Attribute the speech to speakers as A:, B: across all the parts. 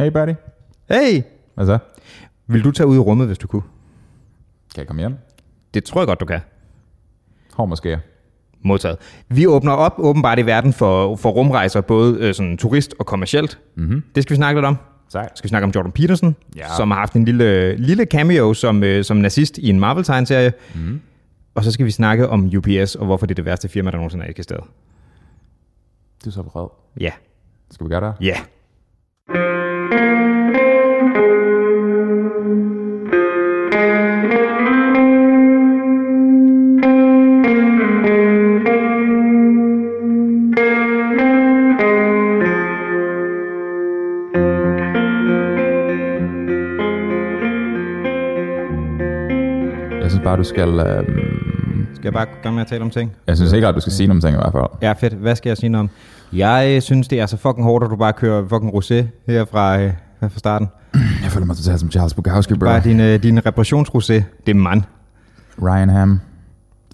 A: Hey buddy.
B: Hey!
A: Hvad så?
B: Vil du tage ud i rummet, hvis du kunne?
A: Kan jeg komme hjem?
B: Det tror jeg godt, du kan.
A: Hår måske.
B: Modtaget. Vi åbner op åbenbart i verden for, for rumrejser, både øh, sådan turist og kommercielt. Mm-hmm. Det skal vi snakke lidt om.
A: Mhm. Sejt.
B: Skal vi snakke om Jordan Peterson,
A: Ja.
B: som har haft en lille, lille cameo som, øh, som nazist i en Marvel-tegneserie. Mm-hmm.
A: Mhm.
B: Og så skal vi snakke om UPS, og hvorfor det er det værste firma, der nogensinde er eksisteret.
A: Du er så vred.
B: Ja,
A: Skal vi gøre det?
B: ja.
A: Jeg synes bare, du skal... Øhm,
B: Skal jeg bare gå i gang med at tale om ting?
A: jeg synes ikke, at du skal sige nogle ting i hvert fald.
B: Ja, fedt. Hvad skal jeg sige noget om? Jeg øh, synes, det er så fucking hårdt, at du bare kører fucking rosé her fra, øh, her fra starten.
A: Jeg føler mig totalt som Charles Bukowski, bro.
B: Bare din, øh, din reparationsrosé, det er man.
A: Ryan Ham.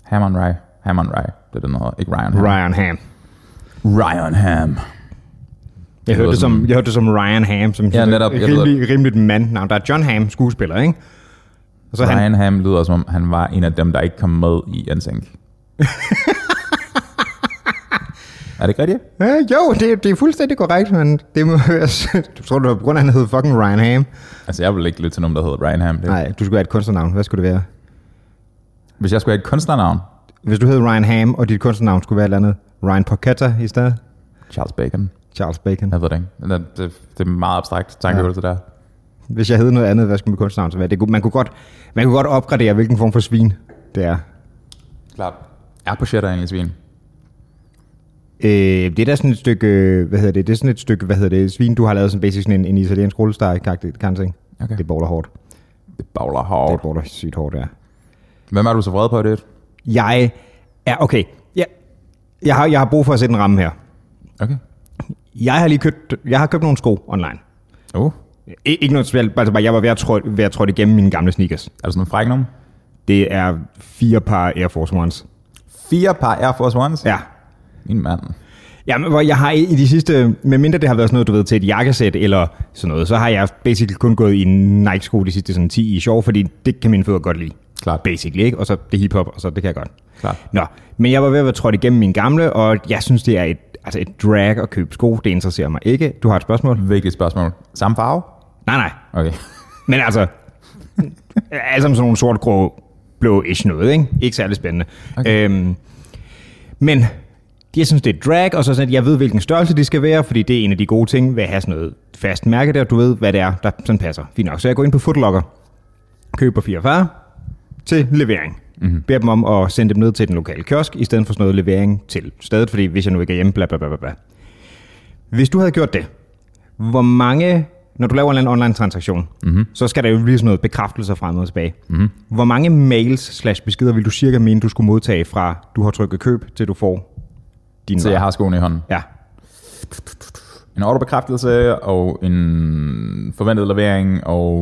A: Ham on Rye. Ham on Rye. Det er den hedder. Ikke Ryan Ham.
B: Ryan Ham.
A: Ryan Ham.
B: Jeg hørte, det som, jeg hørte det som Ryan Ham, som sådan et
A: netop. Jeg
B: rimelig, rimeligt mand. Nå, der er John Ham, skuespiller, ikke? Og så
A: Ryan
B: han,
A: Ham lyder som om, han var en af dem, der ikke kom med i NSYNC. er det ikke rigtigt?
B: øh, jo, det, det er fuldstændig korrekt, men det må være... sødt. Du tror, det var på grund af, at han hed fucking Ryan Ham?
A: Altså, jeg vil ikke lytte til nogen, der hedder Ryan Ham. Det,
B: Nej, du skulle have et kunstnernavn. Hvad skulle det være?
A: Hvis jeg skulle have et kunstnernavn,
B: Hvis du hed Ryan Ham, og dit kunstnernavn skulle være et eller andet Ryan Porchetta i stedet?
A: Charles Bacon.
B: Charles Bacon.
A: Jeg ved det ikke. Men Det, det, det er en meget abstrakt tankeøvelse der.
B: Hvis jeg hed noget andet, hvad skulle mit kunstnernavn så være? Det, kunne- man, kunne godt, man kunne godt opgradere, hvilken form for svin det er.
A: Klart. Er på shit egentlig svin.
B: Øh, det er da sådan et stykke, øh, hvad hedder det, det er sådan et stykke, hvad hedder det, svin, du har lavet sådan basic sådan en, en italiensk rullesteg, kan ting.
A: Okay.
B: Det boller hårdt.
A: Det bagler
B: Det
A: hårdt.
B: boller sygt hårdt, ja.
A: Hvem er du så vred på, det?
B: Jeg er, okay, jeg, jeg, har, jeg har brug for at sætte en ramme her.
A: Okay.
B: Jeg har lige købt, jeg har købt nogle sko online.
A: Uh,
B: I, ikke noget specielt, altså bare, jeg var ved at trå- ved at trådte igennem mine gamle sneakers.
A: er du sådan en fræk nogen?
B: Det er fire par Air Force Ones.
A: Fire par Air Force Ones?
B: Ja,
A: Min mand.
B: Jamen, hvor jeg har i i de sidste, medmindre det har været sådan noget, du ved, til et jakkesæt eller sådan noget, så har jeg basically kun gået i Nike-sko de sidste sådan 10 i sjov, fordi det kan mine fødder godt lide.
A: Klart.
B: Basically, ikke? Og så det hiphop, og så det kan jeg godt.
A: Klart.
B: Nå, men jeg var ved at være trådt igennem min gamle, og jeg synes, det er et, altså et drag at købe sko. Det interesserer mig ikke. Du har et spørgsmål?
A: Vigtigt spørgsmål. Samme farve?
B: Nej, nej.
A: Okay.
B: Men altså, alle sammen sådan nogle sort-grå, blå ish noget, ikke? Ikke særlig spændende. Okay. Øhm, men jeg synes, det er drag, og så sådan, at jeg ved, hvilken størrelse det skal være, fordi det er en af de gode ting ved at have sådan noget fast mærke der. Du ved, hvad det er, der sådan passer. Fint nok. Så jeg går ind på Footlocker, køber 44 til levering. Mm-hmm. Beder dem om at sende dem ned til den lokale kiosk, i stedet for sådan noget levering til stedet, fordi hvis jeg nu ikke er hjemme, bla bla bla bla, bla. Hvis du havde gjort det, hvor mange, når du laver en eller anden online transaktion, mm-hmm. så skal der jo blive sådan noget bekræftelse frem og tilbage. Mm-hmm. Hvor mange mails slash beskeder vil du cirka mene, du skulle modtage fra, du har trykket køb, til du får din
A: Så jeg har skoene i hånden.
B: Ja,
A: En ordrebekræftelse og en forventet levering, og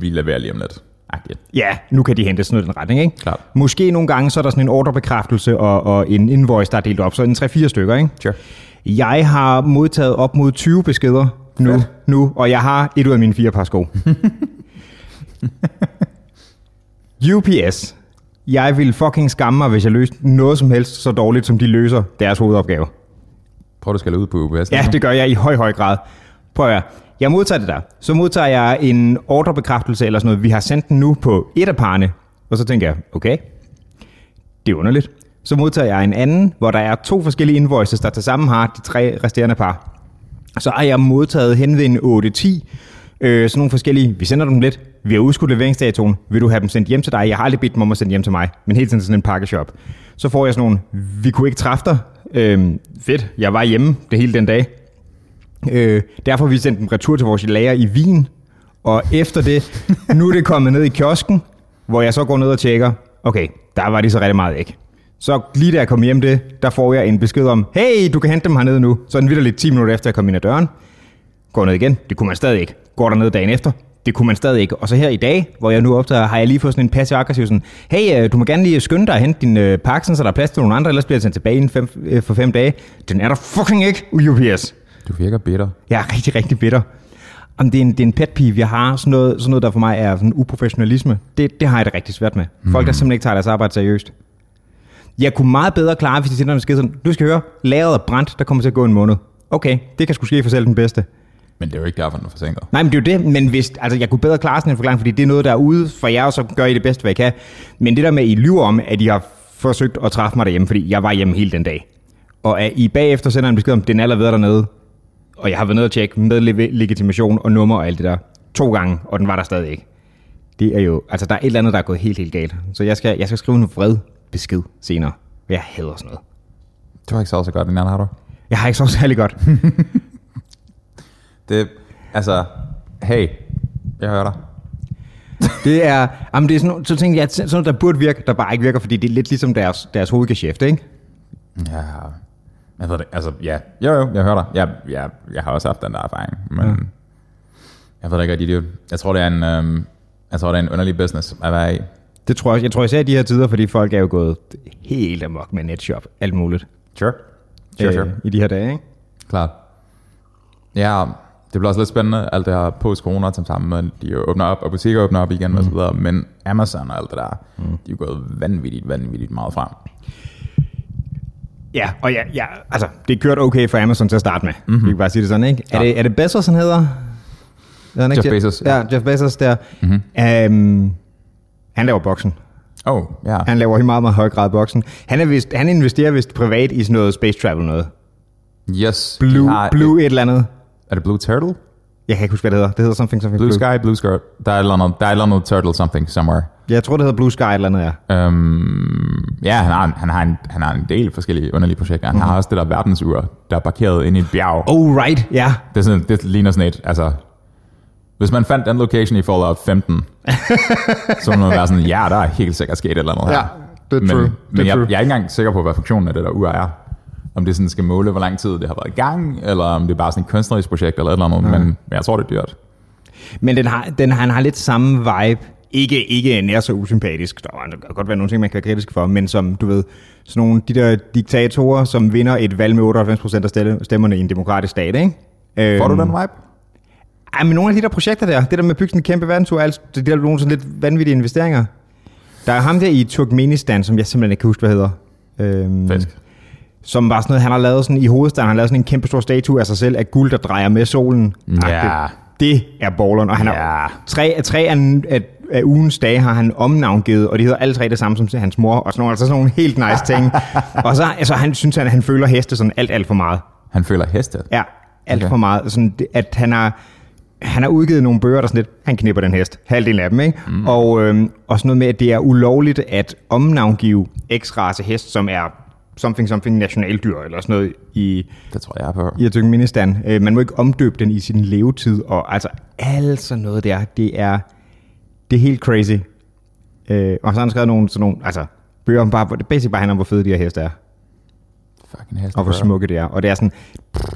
A: vi leverer lige om lidt. Agtigt.
B: ja, nu kan de hente sådan noget i den retning, ikke?
A: Klart.
B: Måske nogle gange, så er der sådan en ordrebekræftelse og, og en invoice, der er delt op, så en 3-4 stykker, ikke?
A: Sure.
B: Jeg har modtaget op mod 20 beskeder nu, nu og jeg har et ud af mine fire par sko. UPS. Jeg ville fucking skamme mig, hvis jeg løste noget som helst så dårligt, som de løser deres hovedopgave.
A: Prøv at skælde ud på UPS.
B: Ja, det gør jeg i høj, høj grad. Prøv at høre. Jeg modtager det der. Så modtager jeg en ordrebekræftelse eller sådan noget. Vi har sendt den nu på et af parne. Og så tænker jeg, okay, det er underligt. Så modtager jeg en anden, hvor der er to forskellige invoices, der til sammen har de tre resterende par. Så har jeg modtaget henved en 8-10, øh, sådan nogle forskellige, vi sender dem lidt, vi har udskudt leveringsdatoen, vil du have dem sendt hjem til dig? Jeg har aldrig bedt dem om at sende hjem til mig, men hele tiden sådan en pakkeshop. Så får jeg sådan nogle, vi kunne ikke træffe dig, øh, fedt, jeg var hjemme det hele den dag. Øh, derfor har vi sendt dem retur til vores lager i Wien, og efter det, nu er det kommet ned i kiosken, hvor jeg så går ned og tjekker, okay, der var de så rigtig meget ikke. Så lige da jeg kom hjem det, der får jeg en besked om, hey, du kan hente dem hernede nu. Så den lidt 10 minutter efter, jeg kom ind ad døren. Går ned igen, det kunne man stadig ikke. Går derned dagen efter, det kunne man stadig ikke. Og så her i dag, hvor jeg nu optager, har jeg lige fået sådan en passiv aggressiv sådan, hey, øh, du må gerne lige skynde dig og hente din øh, pakke, sådan, så der er plads til nogle andre, ellers bliver jeg sendt tilbage inden fem, øh, for fem dage. Den er der fucking ikke, UPS.
A: Du virker bitter.
B: Jeg er rigtig, rigtig bitter. Om det er en, det er en pet peeve, jeg har. Sådan noget, sådan noget, der for mig er sådan uprofessionalisme. Det, det har jeg det rigtig svært med. Folk, der simpelthen ikke tager deres arbejde seriøst. Jeg kunne meget bedre klare, hvis de sender en besked sådan, du skal høre, lageret er brændt, der kommer til at gå en måned. Okay, det kan sgu ske for selv den bedste.
A: Men det er jo ikke derfor, den er forsinket.
B: Nej, men det er jo det, men hvis, altså, jeg kunne bedre klare sådan en forklaring, fordi det er noget, der er ude for jer, og så gør I det bedste, hvad I kan. Men det der med, at I lyver om, at I har forsøgt at træffe mig derhjemme, fordi jeg var hjemme hele den dag. Og at I bagefter sender en besked om, at den er allerede dernede, og jeg har været nede og tjekke med le- legitimation og nummer og alt det der to gange, og den var der stadig ikke. Det er jo, altså der er et eller andet, der er gået helt, helt galt. Så jeg skal, jeg skal skrive en vred besked senere. Jeg hader sådan noget.
A: Det var ikke så så godt, den anden har du.
B: Jeg har ikke så særlig godt.
A: Det, altså, hey, jeg hører dig.
B: Det er, jamen det er sådan, nogle- så tænkte jeg, at sådan noget, der burde virke, der bare ikke virker, fordi det er lidt ligesom deres, deres hovedgeschæft, ikke?
A: Ja, jeg ved det, altså, ja. Jo, jo, jeg hører dig. Jeg, jeg, jeg har også haft den der erfaring, men ja. jeg ved det ikke rigtig, det er jo- Jeg tror, det er en, øhm, jeg tror, det er en underlig business at være i.
B: Det tror jeg, jeg tror især i de her tider, fordi folk er jo gået helt amok med netshop, alt muligt. øh,
A: Sure. Sure, sure.
B: I de her dage, ikke?
A: Klart. Ja, det bliver også lidt spændende, alt det her post-corona som sammen med, de jo åbner op, og butikker åbner op igen, mm. og så videre, men Amazon og alt det der, mm. de er jo gået vanvittigt, vanvittigt meget frem.
B: Ja, og ja, ja, altså, det er kørt okay for Amazon til at starte med.
A: Mhm.
B: Mm-hmm. Vi kan bare sige det sådan, ikke? Er, det, er det Bezos, han hedder? Hedder han
A: Jeff Bezos,
B: Ja,
A: ja. Mhm.
B: ja Jeff Bezos der. Mm-hmm. Um, han laver boksen.
A: Oh, ja.
B: Han laver i meget, meget høj grad boksen. Han, er vist, han investerer vist privat i sådan noget space travel noget.
A: Yes. de
B: Blue,
A: har
B: blue et eller andet.
A: Et, er det Blue Turtle?
B: Jeg kan ikke huske, hvad det hedder. Det hedder something, something
A: Blue Sky, Blue Skirt. Der er et eller andet, der er et eller andet turtle something somewhere.
B: Jeg tror, det hedder Blue Sky et eller andet, ja.
A: Øhm, ja, han har, han, har en, han har en del forskellige underlige projekter. Han mm-hmm. har også det der verdensur, der er parkeret inde i et bjerg. Oh.
B: Mhm. Oh, right, ja.
A: Det, er sådan, det ligner sådan et, altså... Hvis man fandt den location i Fallout 15, så ville man være sådan, ja, der er helt sikkert sket et eller andet her.
B: Ja, det er
A: men,
B: true. Det
A: Men
B: er
A: jeg,
B: true.
A: jeg er ikke engang sikker på, hvad funktionen af det der ur er. Om det sådan skal måle, hvor lang tid det har været i gang, eller om det er bare sådan et kunstnerisk projekt eller et eller andet. Mm. Men, men jeg tror, det er dyrt.
B: Men den har, den, han har lidt samme vibe. Ikke, ikke nær så usympatisk. Der kan godt være nogle ting, man kan være kritisk for, men som, du ved, sådan nogle, de der diktatorer, som vinder et valg med 98% af stelle- stemmerne i en demokratisk stat, ikke? Øhm,
A: Får du den vibe?
B: Ej, men nogle af de der projekter der, det der med at bygge sådan en kæmpe verdensur, altså, det der er nogle sådan lidt vanvittige investeringer. Der er ham der i Turkmenistan, som jeg simpelthen ikke kan huske, hvad hedder. Øhm,
A: Fisk.
B: som var sådan noget, han har lavet sådan i hovedstaden, han har lavet sådan en kæmpe stor statue af sig selv af guld, der drejer med solen.
A: Ja.
B: Det er balleren, og han
A: Ja.
B: har tre, tre af, af, af, ugens dage har han omnavngivet, og de hedder alle tre det samme som hans mor, og sådan nogle, altså sådan nogle helt nice ting. og så altså, han synes han, han føler heste sådan alt, alt for meget.
A: Han føler heste.
B: Ja, alt
A: Okay.
B: okay. for meget. Sådan, det- at han har, han har udgivet nogle bøger, der sådan lidt, han knipper den hest, halvdelen af dem, ikke? Mm. Og, øhm, og sådan noget med, at det er ulovligt at omnavngive x-race hest, som er something something nationaldyr, eller sådan noget i,
A: Det tror jeg på.
B: i Turkmenistan. Øh, man må ikke omdøbe den i sin levetid, og altså alt sådan noget der, det er, det er helt crazy. Øh, og så har han skrevet nogle, sådan nogle altså, bøger om bare, hvor- det basic bare handler om, hvor fede de her heste er.
A: Fucking heste.
B: Og hvor smukke det er. Og det er sådan,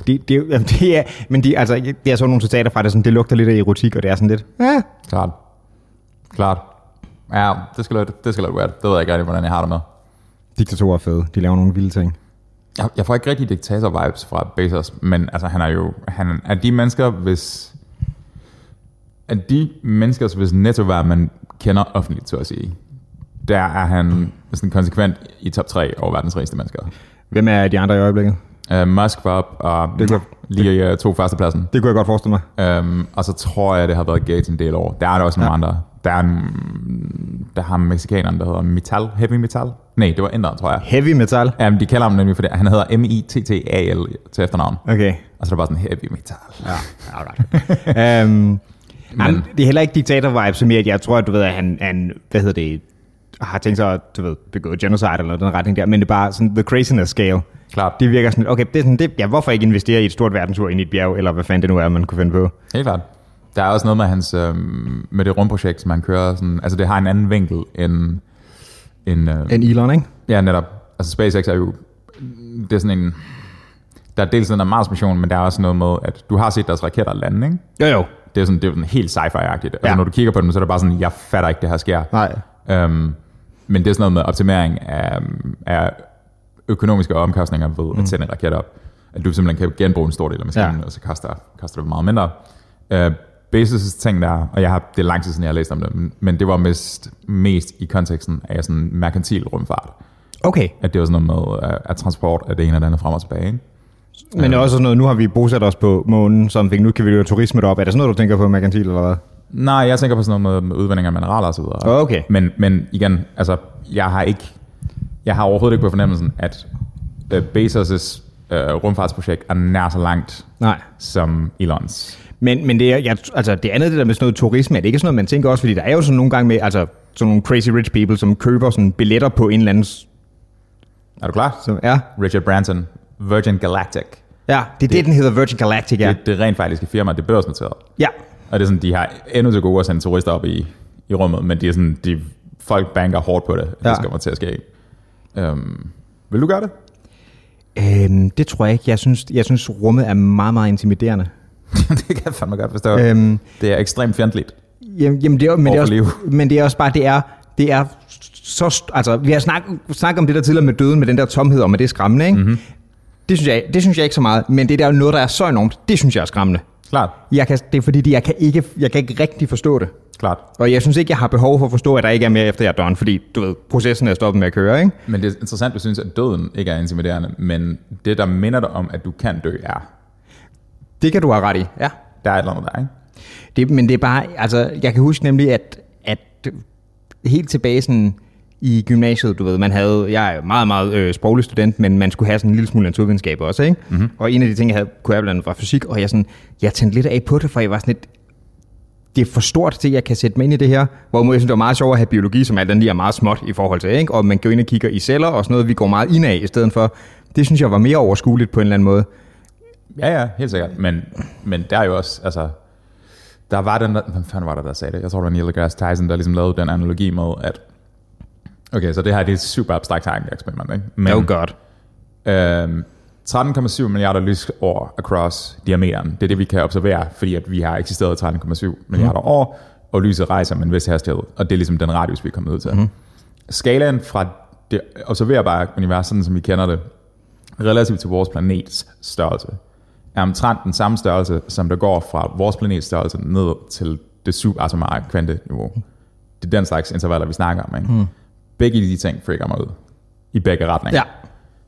B: det, det, jamen, det er, men de, altså, det er sådan nogle citater fra det, sådan, det lugter lidt af erotik, og det er sådan lidt, ja,
A: Klart. Klart. Ja, det skal lidt, det skal lidt være. Det ved jeg ikke rigtig, hvordan jeg har det med.
B: diktatorer er fede, de laver nogle vilde ting.
A: Jeg, jeg får ikke rigtig diktator-vibes fra Bezos, men altså, han er jo... Han, er de mennesker, hvis... Er de mennesker, hvis nettovær man kender offentligt, så at sige, der er han sådan konsekvent i top 3 over verdens rigeste mennesker.
B: Hvem er de andre i øjeblikket?
A: Uh, Musk var op og
B: Det er klart.
A: lige uh, to førstepladsen.
B: Det kunne jeg godt forestille mig.
A: Um, og så tror jeg, det har været Gates en del år. Der er der også nogle ja. andre. Der er, en, der har mexikaneren, der hedder Metal. Heavy Metal? Nej, det var ændret, tror jeg.
B: Heavy metal.
A: Um, de kalder ham nemlig for det. Han hedder M-I-T-T-A-L til efternavn.
B: Okay.
A: Og så er der bare sådan Heavy Metal.
B: Ja, alright. øhm, jamen, det er heller ikke diktator-vibe, som i, at jeg tror, at du ved, at han, han hvad hedder det, har tænkt sig at du ved, begå genocide eller noget i den retning der, men det er bare sådan the craziness scale.
A: Klart.
B: Det virker sådan, okay, det er sådan, det, ja, hvorfor ikke investere i et stort verdensur ind i et bjerg, eller hvad fanden det nu er, man kunne finde på?
A: Helt klart. Der er også noget med, hans, øhm, med det rumprojekt, som han kører. Sådan, altså det har en anden vinkel end... end øh,
B: En Elon, ikke?
A: Ja, netop. Altså SpaceX er jo, det er sådan en, der er dels den der Mars-mission, men der er også noget med, at du har set deres raketter lande, ikke?
B: Jo, jo.
A: Det er sådan, det er sådan helt sci-fi-agtigt. Altså,
B: Ja.
A: når du kigger på dem, så er det bare sådan, jeg fatter ikke, det her sker.
B: Nej.
A: Øhm, men det er sådan noget med optimering af, af økonomiske omkostninger ved at sende en raket op. at du simpelthen kan genbruge en stor del af maskinen,
B: Mm. Ja.
A: ja. og så kaster, kaster du meget mindre. Uh, Bezos' ting der, og jeg har, det er lang tid siden, jeg har læst om det, men, men det var mest, mest i konteksten af sådan merkantil rumfart.
B: Okay,
A: At det var sådan noget med, øh, at transport er det ene og det andet frem og tilbage. Ikke?
B: men også sådan noget, nu har vi bosat os på månen, som nu kan vi gøre turisme derop. Er det sådan noget, du tænker på, merkantil eller hvad?
A: Nej, jeg tænker på sådan noget med, med udvinding af mineraler og så videre.
B: Okay.
A: Men, men igen, altså, jeg har ikke, jeg har overhovedet ikke på fornemmelsen, at øh, Bezos' øh, rumfartsprojekt er nær så langt
B: Nej.
A: som Elons.
B: Men, men det, er, jeg, altså, det andet, det der med sådan noget turisme, er det ikke sådan noget, man tænker også? Fordi der er jo sådan nogle gange med, altså sådan nogle crazy rich people, som køber sådan billetter på en eller anden... s-
A: Er du klar?
B: Som, ja,
A: Richard Branson, Virgin Galactic.
B: ja det er det, det, den hedder Virgin Galactic, ja.
A: Ja. Det, det er rent faktisk et firma, det er børsnoteret.
B: ja.
A: Og det er sådan, de har endnu til gode at sende turister op i, i rummet, men de er sådan, de, folk banker hårdt på det, at
B: Ja.
A: det kommer til at ske. Um, vil du gøre det?
B: Øhm, det tror jeg ikke. Jeg synes, jeg synes, rummet er meget, meget intimiderende.
A: det kan jeg fandme godt forstå. Øhm.
B: Øhm,
A: Det er ekstremt fjendtligt.
B: jamen, jamen, det er, jo- men, det er
A: Overleve.
B: også, men det er også bare, det er, det er så... st- Altså, vi har snakket snak om det der tidligere med døden, med den der tomhed, og med det er skræmmende, ikke? Mm-hmm. Det synes, jeg, det synes jeg ikke så meget, men det der er jo noget, der er så enormt, det synes jeg er skræmmende.
A: Klart,
B: Jeg kan, det er fordi, det- jeg kan, ikke, jeg kan ikke rigtig forstå det.
A: klart.
B: Og jeg synes ikke, jeg har behov for at forstå, at der ikke er mere efter jeg er done, fordi du ved, processen er stoppet med at køre, ikke?
A: Men det er interessant, du synes, at døden ikke er intimiderende, men det, der minder dig om, at du kan dø, er,
B: Det kan du have ret i, ja.
A: der er et eller andet der, ikke?
B: Det, men det er bare, altså, jeg kan huske nemlig, at, at helt tilbage sådan i gymnasiet, du ved, man havde, jeg er jo meget, meget øh, sproglig student, men man skulle have sådan en lille smule naturvidenskab også, ikke? Mm-hmm. Og en af de ting, jeg havde, kunne jeg blandt andet var fysik, og jeg, sådan, jeg tændte lidt af på det, for jeg var sådan lidt, det er for stort til, at jeg kan sætte mig ind i det her. Hvorimod jeg synes, det var meget sjovt at have biologi, som alt andet lige er meget småt i forhold til, ikke? Og man går ind og kigger i celler og sådan noget, vi går meget indad i stedet for. Det synes jeg var mere overskueligt på en eller anden måde.
A: Ja, ja, helt sikkert. Men, men der er jo også, altså, der var den, der, hvem fanden var det, der sagde det? Jeg tror, det var Neil deGrasse Tyson, der ligesom lavede den analogi med, at, okay, så det her, det er et super abstrakt tankeeksperiment, ikke? Men,
B: Oh god.
A: Øhm, 13,7 milliarder lysår across diameteren. Det er det, vi kan observere, fordi at vi har eksisteret i 13,7 milliarder mm. år, og lyset rejser med en vis hastighed, og det er ligesom den radius, vi er kommet ud til. Mm. Skalaen fra det observerbare univers, sådan som vi kender det, relativt til vores planets størrelse, er omtrent den samme størrelse, som der går fra vores planets størrelse ned til det subatomare kvanteniveau. Det er den slags intervaller, vi snakker om. Ikke? Mm. Begge de ting freaker mig ud. I begge retninger.
B: Ja.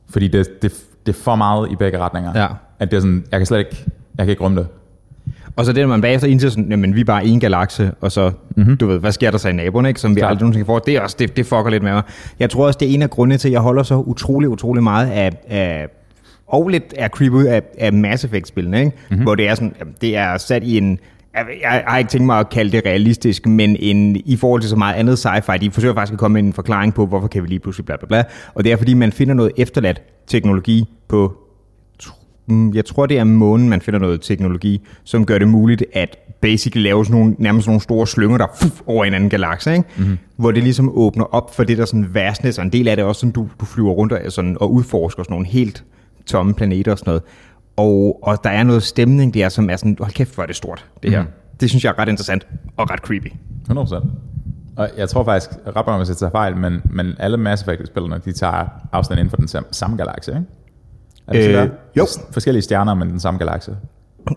A: Fordi det, det, det er for meget i begge retninger.
B: Ja.
A: At det er sådan, jeg kan slet ikke, jeg kan ikke rumme det.
B: Og så det, når man bagefter indser sådan, jamen vi er bare en galakse, og så, mm-hmm. du ved, hvad sker der så i naboen, ikke? Som vi
A: Klart.
B: aldrig nogensinde kan få. Det, er også, det, det fucker lidt med mig. Jeg tror også, det er en af grundene til, at jeg holder så utrolig, utrolig meget af, af og lidt er creep ud af, af Mass Effect-spillene, ikke? Mm-hmm. Hvor det er sådan, jamen, det er sat i en, jeg, jeg har ikke tænkt mig at kalde det realistisk, men en, i forhold til så meget andet sci-fi, de forsøger faktisk at komme med en forklaring på, hvorfor kan vi lige pludselig bla bla bla. Og det er, fordi man finder noget efterladt teknologi på Mm, Jeg tror, det er månen, man finder noget teknologi, som gør det muligt at basically lave sådan nogle, nærmest sådan nogle store slynger, der fuf, over en anden galakse, ikke? Mm-hmm. hvor det ligesom åbner op for det der sådan værsnes, og en del af det er også sådan, du, du flyver rundt og, sådan, og udforsker sådan nogle helt tomme planeter og sådan noget. Og, og der er noget stemning der, som er sådan, hold kæft, hvor er det stort, det her. Mm-hmm. Det synes jeg er ret interessant og ret creepy.
A: 100%. Og jeg tror faktisk, ret meget, hvis jeg tager fejl, men, men alle Mass Effect-spillerne, de tager afstand inden for den sam- samme galakse, ikke? Er det
B: Øh,
A: øh,
B: jo.
A: Forskellige stjerner, men den samme galakse.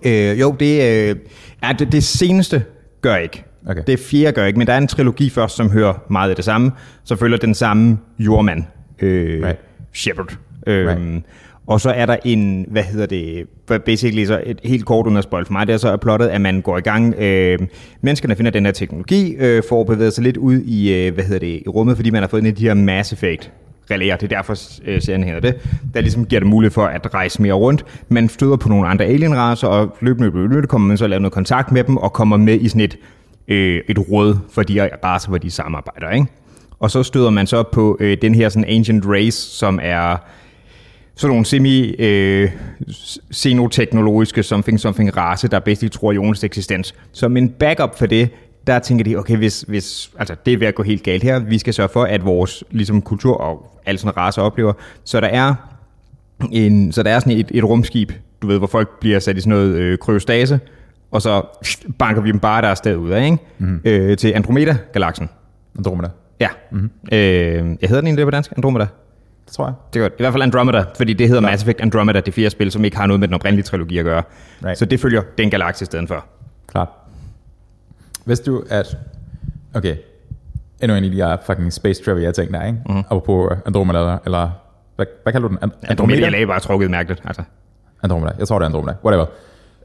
B: Øh, jo, det, øh, er det, det seneste gør ikke.
A: Okay.
B: Det fjerde gør ikke, men der er en trilogi først, som hører meget af det samme. Så følger den samme jordmand, øh, right.
A: Right.
B: Shepard. Øh, right.
A: Right.
B: Og så er der en, hvad hedder det, hvad basically så et helt kort uden at spoil for mig, det er så er plottet, at man går i gang, øh, menneskerne finder den her teknologi, øh, får bevæget sig lidt ud i, øh, hvad hedder det, i rummet, fordi man har fået en af de her Mass Effect relæer, det er derfor øh, serien hedder det, der ligesom giver det mulighed for at rejse mere rundt. Man støder på nogle andre alienraser, og løbende, løbende, løbende kommer man så og laver noget kontakt med dem, og kommer med i sådan et, øh, et råd for de her raser, hvor de samarbejder, ikke? Og så støder man så på øh, den her sådan ancient race, som er sådan nogle semi øh, xenoteknologiske something something race, der basically tror jordens eksistens. Som en backup for det, der tænker de, okay, hvis, hvis, altså det er ved at gå helt galt her, vi skal sørge for, at vores ligesom, kultur og alle sådan raser oplever. Så der er en, så der er sådan et, et rumskib, du ved, hvor folk bliver sat i sådan noget øh, kryostase, og så banker vi dem bare der afsted ud af, ikke? Mm. Øh, til Andromeda-galaksen.
A: Andromeda.
B: Ja. Mm-hmm. Øh, jeg hedder den egentlig det på dansk? Andromeda?
A: Det tror jeg.
B: Det er godt. I hvert fald Andromeda, fordi det hedder Mass Effect Andromeda, det fire spil, som ikke har noget med den oprindelige trilogi at gøre.
A: Right.
B: Så det følger den galakse i stedet for.
A: Klart. Vidste du, at... Okay, endnu en af de her fucking space trivia ting der, ikke?
B: Mhm.
A: Mm-hmm. Apropos øh, Andromeda, eller... Hvad, hvad kalder du den? An-
B: Andromeda jeg lagde bare trukket mærkeligt. Altså.
A: Andromeda. Jeg tror, det er Andromeda. Whatever.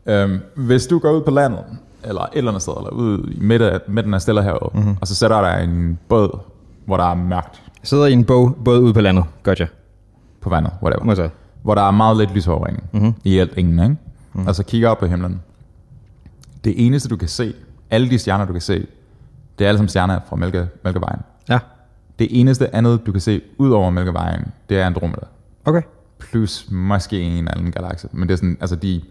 A: Øhm, hvis du går ud på landet, eller et eller andet sted, eller ude i midten af, midten af Stillehavet,
B: Mhm.
A: mm-hmm. og så sætter der en båd, hvor der er mørkt
B: Jeg sidder i en bog, både ude på landet. Godt ja.
A: på vandet, whatever.
B: Må jeg Mhm. så.
A: hvor der er meget lidt lysforurening mm-hmm. i alt ingen, ikke? Mm-hmm. og så kigger op på himlen. Det eneste, du kan se, alle de stjerner, du kan se, det er alle sammen stjerner fra Mælke, Mælkevejen.
B: Ja,
A: Det eneste andet, du kan se ud over Mælkevejen, det er Andromeda.
B: okay.
A: Plus måske en anden galakse. Men det er sådan, altså de,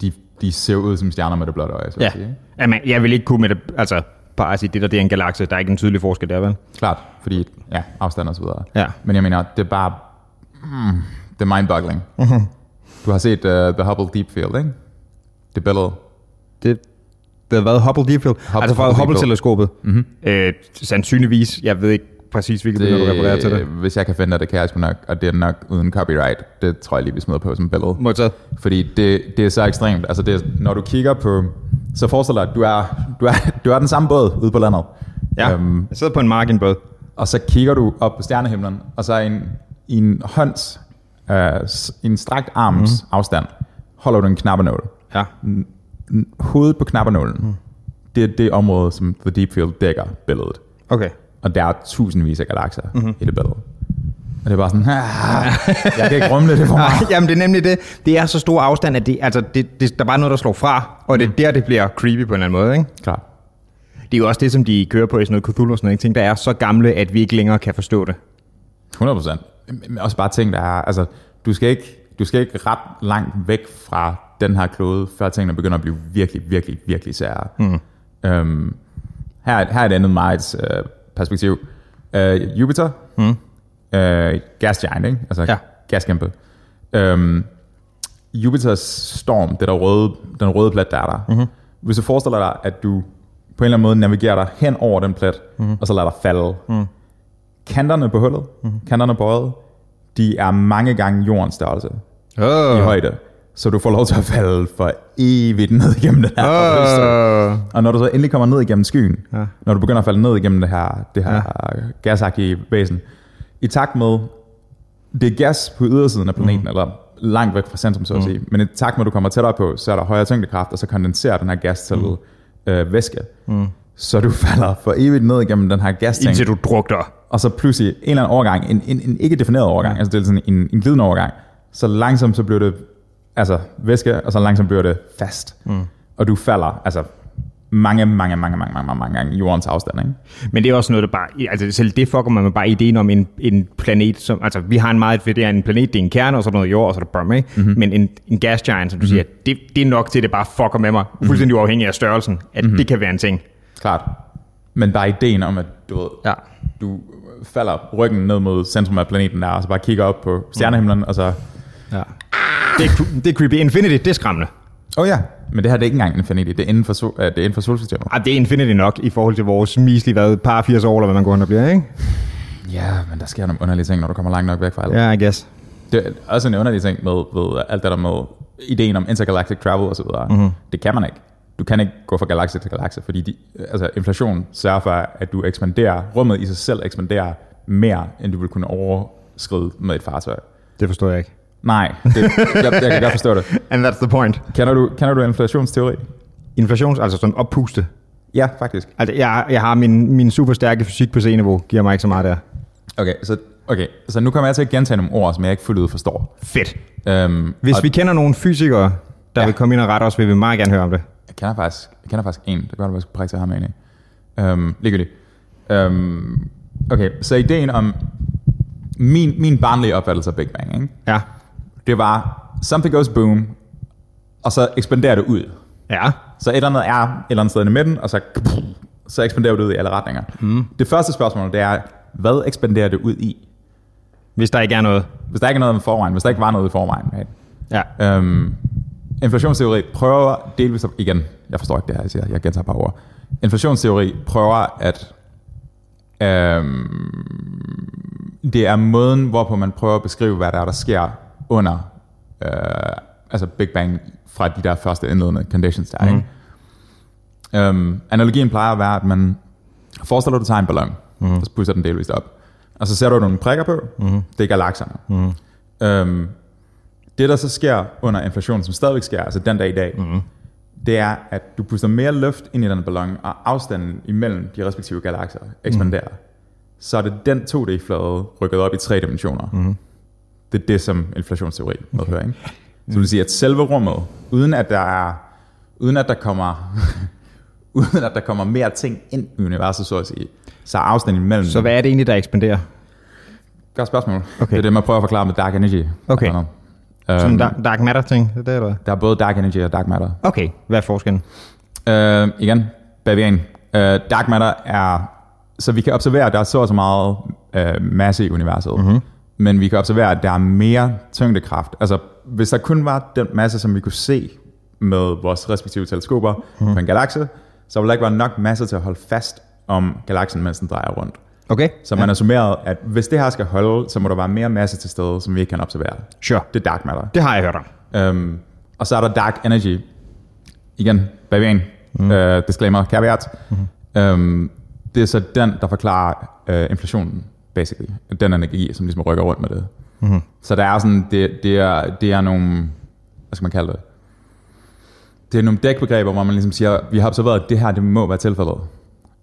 A: de, de ser ud som stjerner med det blotte øje, så at
B: Ja.
A: sige. ikke?
B: Jamen, jeg vil ikke kunne med det, altså, bare sige, det der det er en galakse, der er ikke en tydelig forskel der, vel?
A: Klart, fordi ja, afstand og så videre.
B: Ja.
A: Men jeg mener, det er bare, mm, det er mind-boggling. Mm-hmm. Du har set uh, The Hubble Deep Field, ikke? Det billede.
B: Det, det har været Hubble Deep Field. Hubble, altså fra
A: Hubble
B: Hubble-teleskopet. Mm-hmm. Øh, sandsynligvis, jeg ved ikke præcis, hvilket det, du refererer til det.
A: Hvis jeg kan finde det, det kan jeg sgu nok, og det er nok uden copyright. Det tror jeg lige, vi smider på som billede.
B: Modtaget.
A: Fordi det, det er så ekstremt. Altså det er, når du kigger på, så forestil dig, at du er, du er, du er den samme båd ude på landet.
B: Ja,
A: Øhm,
B: jeg sidder på en mark i en båd.
A: og så kigger du op på stjernehimlen, og så i en, i en hånds, øh, s- i en strakt arms
B: Mhm.
A: mm. afstand, holder du en knappenål.
B: Ja.
A: N- Hovedet på knappenålen, mm. det er det område, som The Deep Field dækker billedet.
B: Okay.
A: Og der er tusindvis af galakser mm-hmm. i det billede. Og det er bare sådan, "Ah, jeg kan ikke rumle det for
B: Nej,
A: mig.
B: jamen det er nemlig det. Det er så stor afstand, at det, altså, det, det, der er bare noget, der slår fra, og det er der, det bliver creepy på en eller anden måde, ikke?
A: Klart.
B: Det er jo også det, som de kører på i sådan noget Cthulhu og sådan noget, ikke? ting, der er så gamle, at vi ikke længere kan forstå det.
A: 100 procent. Men også bare ting, der er, altså, du skal, ikke, du skal ikke ret langt væk fra den her klode, før tingene begynder at blive virkelig, virkelig, virkelig sære. Mm. Øhm, her, er- her er et andet meget øh, perspektiv. Øh, Jupiter, mm. øh, gas giant, ikke? altså
B: Ja.
A: ja. gaskæmpe. Øhm, Jupiters storm, det der røde, den røde plet, der er der. Mm-hmm. Hvis du forestiller dig, at du på en eller anden måde navigerer dig hen over den plet, mm-hmm. og så lader dig falde. Mm. Kanterne på hullet, mm-hmm. kanterne på øjet, de er mange gange jordens størrelse i
B: Åh,
A: højde. Så du får lov til at falde for evigt ned igennem det her.
B: Åh.
A: Og når du så endelig kommer ned igennem skyen, Øh. ja. når du begynder at falde ned igennem det her, det her ja. gasagtige væsen, i takt med, det er gas på ydersiden af planeten, mm. eller langt væk fra centrum, så at sige, men i takt med, at du kommer tættere på, så er der højere tyngdekraft, og så kondenserer den her gas til mm. øh, væske. Mm. Så du falder for evigt ned igennem den her gasting
B: Indtil du drukter.
A: og så pludselig en eller anden overgang, en, en, en ikke defineret overgang, altså det er sådan en, en glidende overgang, så langsomt så bliver det altså væske, og så langsomt bliver det fast. Mm. Og du falder, altså mange, mange, mange, mange, mange, mange, mange jordens afstand, ikke?
B: Men det er også noget, der bare... Altså, selv det fucker man med bare ideen om en, en planet, som... Altså, vi har en meget... Det er en planet, det er en kerne, og så er der noget jord, og så er der brum, ikke? Mm-hmm. Men en, en gas giant, som du mm-hmm. siger, det, det er nok til, at det bare fucker med mig, fuldstændig mm-hmm. uafhængig af størrelsen, at mm-hmm. det kan være en ting.
A: Klart. Men bare ideen om, at du, ved,
B: Ja.
A: du falder ryggen ned mod centrum af planeten der, og så bare kigger op på stjernehimlen, og så...
B: ja. Det, er, cre- det er creepy. Infinity, det er skræmmende.
A: Åh oh ja, men det her det er ikke engang Infinity, det er inden for, sol, øh, det er inden for solsystemet.
B: Ej, det er Infinity nok i forhold til vores mislige, hvad, par 80 år, eller hvad man går hen og bliver, ikke?
A: Ja, men der sker nogle underlige ting, når du kommer langt nok væk fra alt.
B: Ja, yeah, I guess.
A: Det er også en underlig ting med, ved alt det der med ideen om intergalactic travel osv. Mm-hmm. Det kan man ikke. Du kan ikke gå fra galakse til galakse, fordi de, altså inflation sørger for, at du ekspanderer, rummet i sig selv ekspanderer mere, end du vil kunne overskride med et fartøj.
B: Det forstår jeg ikke.
A: Nej, det, jeg, jeg kan godt forstå det.
B: And that's the point.
A: Kender du, kender du inflationsteori?
B: Inflations, altså sådan oppuste.
A: Ja, faktisk.
B: Altså, jeg, jeg har min, min super stærke fysik på C-niveau, giver mig ikke så meget der.
A: Okay, så, okay, så nu kommer jeg til at gentage nogle ord, som jeg ikke fuldt ud forstår.
B: Fedt.
A: Øhm,
B: Hvis
A: og
B: vi kender nogle fysikere, der
A: Ja.
B: ja. vil komme ind og rette os, vil vi meget gerne høre om det.
A: Jeg kender faktisk, jeg kender faktisk en, der godt, at jeg skulle prikke til ham egentlig. Øhm, ligegyldigt. Øhm, okay, så ideen om min, min barnlige opfattelse af Big Bang, ikke?
B: Ja.
A: det var, something goes boom, og så ekspanderer det ud.
B: Ja.
A: Så et eller andet er et eller andet sted i midten, og så, så ekspanderer det ud i alle retninger. Mm. Det første spørgsmål, det er, hvad ekspanderer det ud i?
B: Hvis der ikke er noget.
A: Hvis der ikke er noget i forvejen, hvis der ikke var noget i forvejen. Right?
B: Ja.
A: Øhm, inflationsteori prøver delvis at, igen, jeg forstår ikke det her, jeg siger, jeg gentager bare ord. Inflationsteori prøver at øhm, det er måden, hvorpå man prøver at beskrive, hvad der er, der sker under øh, altså Big Bang fra de der første indledende conditions der. Mm. Ikke? Øhm, analogien plejer at være, at man forestiller dig, du tager en ballon, mm. og så pusser den delvist op. Og så sætter du nogle prikker på, mm. det er galakserne. Mm. Øhm, det, der så sker under inflationen, som stadigvæk sker, altså den dag i dag,
B: Mhm.
A: mm. det er, at du puster mere luft ind i den ballon, og afstanden imellem de respektive galakser ekspanderer.
B: Mhm.
A: Mm. Så er det den 2D-flade rykket op i tre dimensioner.
B: Mhm.
A: Mm. Det er det, som inflationsteori medfører. Okay. Ikke? Så det vil sige, at selve rummet, uden at der er, uden at der kommer, uden at der kommer mere ting ind i universet, så at sige, så er afstanden imellem
B: Så hvad er det egentlig, der ekspanderer?
A: Godt spørgsmål.
B: Okay.
A: Det er det, man prøver at forklare med dark energy.
B: Okay.
A: Øhm,
B: Sådan dark, dark matter-ting? Det der, eller?
A: der er både dark energy og dark matter.
B: Okay, hvad er forskellen?
A: Øh, igen, Bavian. Øh, dark matter er... Så vi kan observere, at der er så og så meget øh, masse i universet. Mm-hmm. Men vi kan observere, at der er mere tyngdekraft. Altså, hvis der kun var den masse, som vi kunne se med vores respektive teleskoper mm-hmm. på en galakse, så ville der ikke være nok masse til at holde fast om galaksen, mens den drejer rundt.
B: Okay,
A: Så man har summeret, at hvis det her skal holde, så må der være mere masse til stede, som vi ikke kan observere.
B: sure.
A: Det er dark matter.
B: Det har jeg hørt om.
A: Øhm, og så er der dark energy. Igen, bavian. Mm. Øh, disclaimer, caveat. Mm. Øhm, det er så den, der forklarer øh, inflationen, basically. Den energi, som ligesom rykker rundt med det. Mm. Så der er sådan, det, det, er, det er nogle, hvad skal man kalde det? Det er nogle dækbegreber, hvor man ligesom siger, vi har observeret, at det her, det må være tilfældet.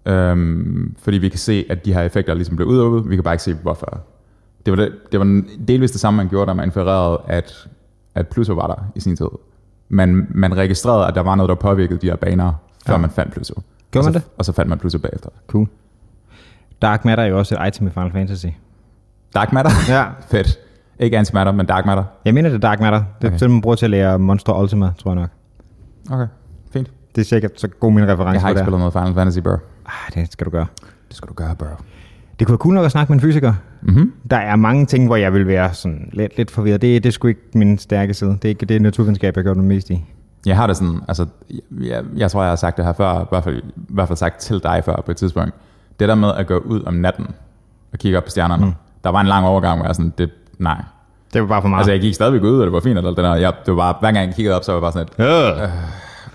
A: Øhm, fordi vi kan se, at de her effekter ligesom bliver udelukket, vi kan bare ikke se, hvorfor. Det var, det, det var delvis det samme, man gjorde, da man infererede, at, at Pluto var der i sin tid. Man, man registrerede, at der var noget, der påvirkede de her baner, før ja. man fandt Pluto.
B: Gjorde
A: og
B: man
A: så,
B: det?
A: Og så fandt man Pluto bagefter.
B: Cool. Dark matter er jo også et item i Final Fantasy.
A: Dark matter?
B: Ja.
A: Fedt. Ikke antimatter, men dark matter.
B: Jeg mener, det er dark matter. Det er
A: Okay.
B: okay. det, man bruger til at lære Monster Ultima, tror jeg nok.
A: Okay, fint.
B: Det er sikkert så god min reference
A: Jeg har
B: på
A: ikke
B: det
A: spillet noget Final Fantasy, bro.
B: her. Ah, det skal du gøre.
A: Det skal du gøre, bro.
B: Det kunne være cool nok at snakke med en fysiker.
A: Mhm.
B: Der er mange ting, hvor jeg vil være sådan lidt, lidt forvirret. Det, det er sgu ikke min stærke side. Det er, ikke, det er naturvidenskab, jeg gør det mest i.
A: Jeg har det sådan, altså, jeg, jeg, jeg tror, jeg har sagt det her før, i hvert fald, i hvert fald sagt til dig før på et tidspunkt. Det der med at gå ud om natten og kigge op på stjernerne. Mm. Der var en lang overgang, hvor jeg sådan, det, nej.
B: Det var bare for meget.
A: Altså, jeg gik stadigvæk ud, og det var fint, og alt det der. Jeg, det var bare, hver gang jeg kiggede op, så var jeg bare sådan et,
B: jeg...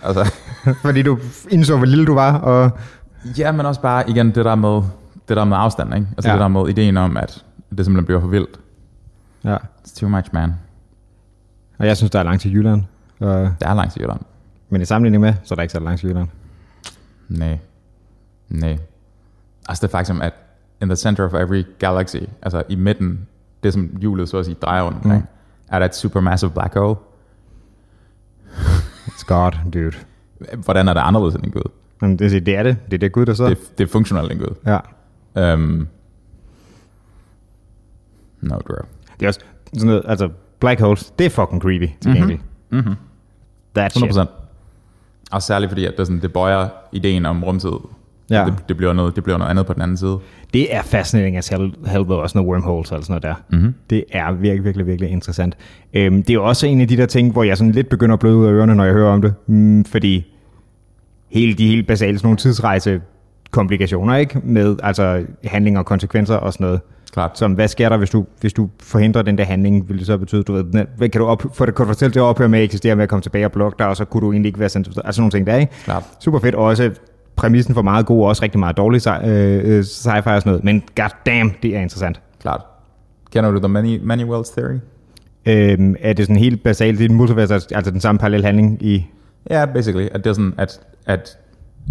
A: altså,
B: Fordi du indså, hvor lille du var, og
A: ja, men også bare, igen, det der med, det der med afstand, ikke? Altså, ja.
B: Ja.
A: det der med ideen om, at det simpelthen bliver for vildt.
B: Ja,
A: It's too much, man.
B: og jeg synes, der er langt til Jylland. Og,
A: Der er langt til Jylland.
B: men i sammenligning med, så er der ikke så langt til Jylland.
A: Nej. Nej. Altså det faktum, at in the center of every galaxy, altså i midten, det som hjulet så at sige drejer rundt omkring, mm. er der et supermassive black hole.
B: It's God, dude.
A: Hvordan er det anderledes end en gud?
B: Men det, det er det. Det er det Gud, der så.
A: Det, er- det er funktionelt en gud.
B: Ja.
A: Um, no, bro.
B: Det er også sådan noget, altså black holes, det er fucking creepy til gengæld. Mm-hmm. That shit.
A: 100%. Og særligt fordi, at det, er sådan, det bøjer ideen om rumtid.
B: Ja.
A: Det, det, bliver noget, det bliver noget andet på den anden side.
B: Det er fascinating as hell, helvede, også noget wormholes og sådan noget der. Mm-hmm. Det er virkelig, virkelig, virkelig interessant. Øhm, det er også en af de der ting, hvor jeg sådan lidt begynder at bløde ud af ørerne, når jeg hører om det. Mm, fordi hele de helt basale sådan nogle tidsrejse komplikationer, ikke? Med altså handlinger og konsekvenser og sådan noget.
A: Klart.
B: Som, hvad sker der, hvis du, hvis du forhindrer den der handling? Vil det så betyde, du ved, den er- hvad kan du op, for det, kan du fortælle det at ophøre med at eksistere med at komme tilbage og blokke dig, og så kunne du egentlig ikke være sendt, altså sådan nogle ting der, ikke?
A: Klart.
B: Super fedt, og også præmissen for meget god, og også rigtig meget dårlig sci- øh, øh, sci-fi og sådan noget, men goddamn, det er interessant.
A: Klart. Kender du The Many, many Worlds Theory?
B: Øhm, er det sådan helt basalt, det er en multivers, altså altså den samme parallel handling i...
A: Ja, basically. At det er sådan, at, at,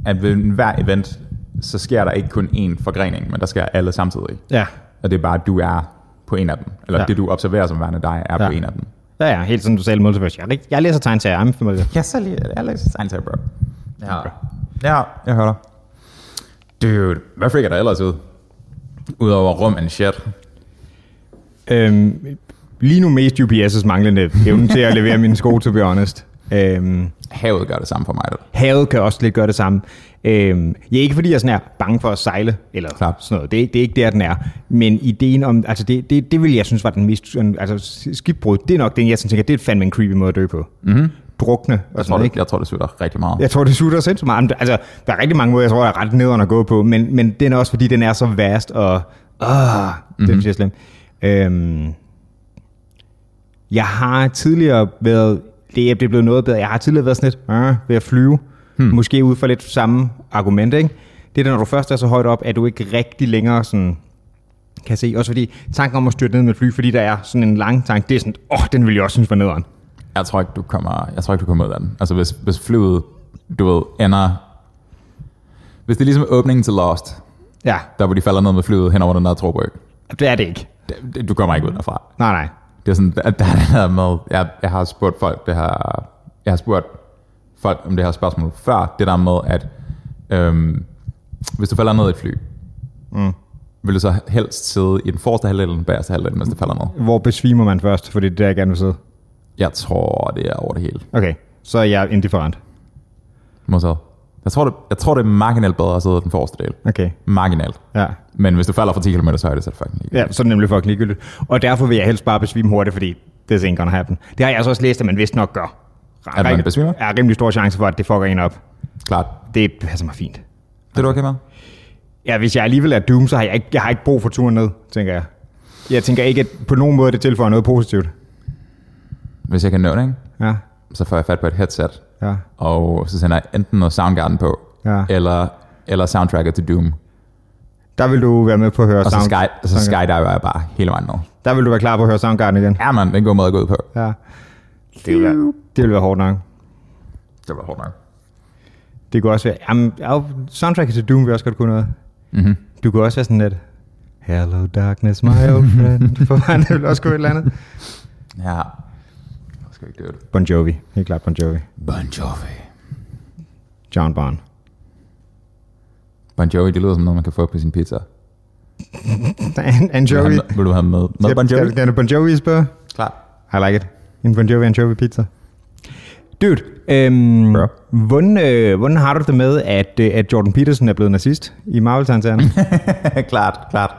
A: at ved hver event, så sker der ikke kun én forgrening, men der sker alle samtidig.
B: Ja,
A: Og det er bare, at du er på en af dem. Eller ja.
B: Ja.
A: det, du observerer som værende dig, er ja. på
B: Ja.
A: en af dem.
B: ja, ja helt sådan du sagde, multivers. Jeg, er rigt- jeg læser tegneserier, I'm familiar.
A: Jeg så lige, jeg læser science her, bro. Ja. ja, jeg hører dig. Dude, hvad freaker der ellers ud? Udover rum and shit.
B: Øhm, lige nu mest UPS's manglende evne til at levere mine sko, to be honest. Øhm,
A: Havet gør det samme for mig. du.
B: havet kan også lidt gøre det samme. Øhm, ja, ikke fordi jeg sådan er bange for at sejle, eller
A: Klart.
B: Klart. sådan noget. Det, er ikke- det er ikke der, den er. Men ideen om, altså det, det, det vil jeg synes var den mest, sådan, altså skibbrud, det er nok den, jeg sådan tænker, det er fandme en creepy måde at dø på. Mm-hmm. Drukne og
A: Jeg tror,
B: sådan
A: det,
B: ikke?
A: jeg tror, det sutter rigtig meget.
B: Jeg tror, det sutter sindssygt meget. Men der- Altså, der er rigtig mange måder, jeg tror, jeg er ret nederen at gå på, men, men den er også, fordi den er så vast og Ah, mm-hmm. det synes jeg er slemt. Øhm, jeg har tidligere været, det er det er blevet noget bedre, jeg har tidligere været sådan lidt øh, ved at flyve, hmm. måske ud fra lidt samme argument, ikke? Det er da, når du først er så højt op, at du ikke rigtig længere sådan kan se. Også fordi tanken om at styrte ned med et fly, fordi der er sådan en lang tank, det er sådan, åh, oh, den ville jeg også synes var nederen.
A: Jeg tror ikke, du kommer, jeg tror ikke, du kommer ud af den. Altså, hvis, hvis flyet, du ved, ender... Hvis det er ligesom åbningen til Lost,
B: Ja,
A: der hvor de falder ned med flyet hen over den der trobø,
B: det er det ikke.
A: det- det- du kommer ikke ud derfra.
B: Nej, nej.
A: Det er sådan, at der er det der med, jeg, jeg har spurgt folk, det her, jeg har spurgt folk om det her spørgsmål før, det der med, at øhm, hvis du falder ned i et fly, mm. vil du så helst sidde i den forreste halvdel eller den bagerste halvdel, mens du falder ned?
B: Hvor besvimer man først, for det er der, jeg gerne vil sidde.
A: Jeg tror, det er over det hele.
B: Okay, så er jeg indifferent.
A: Modsat. Jeg tror, det, jeg tror, det er marginalt bedre at sidde i den forreste del.
B: Okay,
A: Marginalt.
B: ja.
A: Men hvis du falder fra 10 km, så er det så er det fucking ikke.
B: Ja, så er det nemlig fucking ligegyldigt. Og derfor vil jeg helst bare besvime hurtigt, fordi det ain't gonna happen. Det har jeg altså også læst, at man vist nok gør.
A: At man besvimer?
B: Er rimelig stor chance for, at det fucker en op.
A: Klart.
B: Det passer mig fint.
A: Det er du okay med?
B: Ja, hvis jeg alligevel er doom, så har jeg ikke, jeg har ikke brug for turen ned, tænker jeg. Jeg tænker ikke, at på nogen måde det tilføjer noget positivt.
A: Hvis jeg kan nå det, ikke?
B: Ja,
A: så får jeg fat på et headset,
B: ja,
A: og så sender jeg enten noget Soundgarden på,
B: ja.
A: eller, eller soundtracket til Doom.
B: Der vil du være med på at høre
A: Og så,
B: Sound-
A: sky, så
B: Soundgarden.
A: skydiver jeg bare hele vejen ned.
B: Der vil du være klar på at høre Soundgarden igen.
A: Ja, man, den går måde at gå ud på.
B: Ja. Det vil være, det vil være hårdt nok.
A: Det var hårdt nok.
B: Det kunne også være... Jamen, ja, soundtracket til Doom vil også godt kunne noget.
A: Mm-hmm.
B: Du kunne også være sådan lidt... Hello darkness, my old friend. For mig, det ville også kunne et eller andet.
A: Ja. Jeg skal ikke dø det.
B: Bon Jovi. Helt klart Bon Jovi.
A: Bon Jovi.
B: John Barn.
A: Bon Jovi, det lyder som noget, man kan få på sin pizza.
B: And, and
A: Vil du have
B: Jovi.
A: med- Vil du have med, med Bon Jovi?
B: Skal, skal Bon Jovi i spørg?
A: Klart.
B: I like it. En Bon Jovi and Jovi pizza. Dude, øhm,
A: Bro.
B: hvordan, øh, hvordan har du det med, at, øh, at Jordan Peterson er blevet nazist i Marvel-tegnsagerne?
A: klart, klart.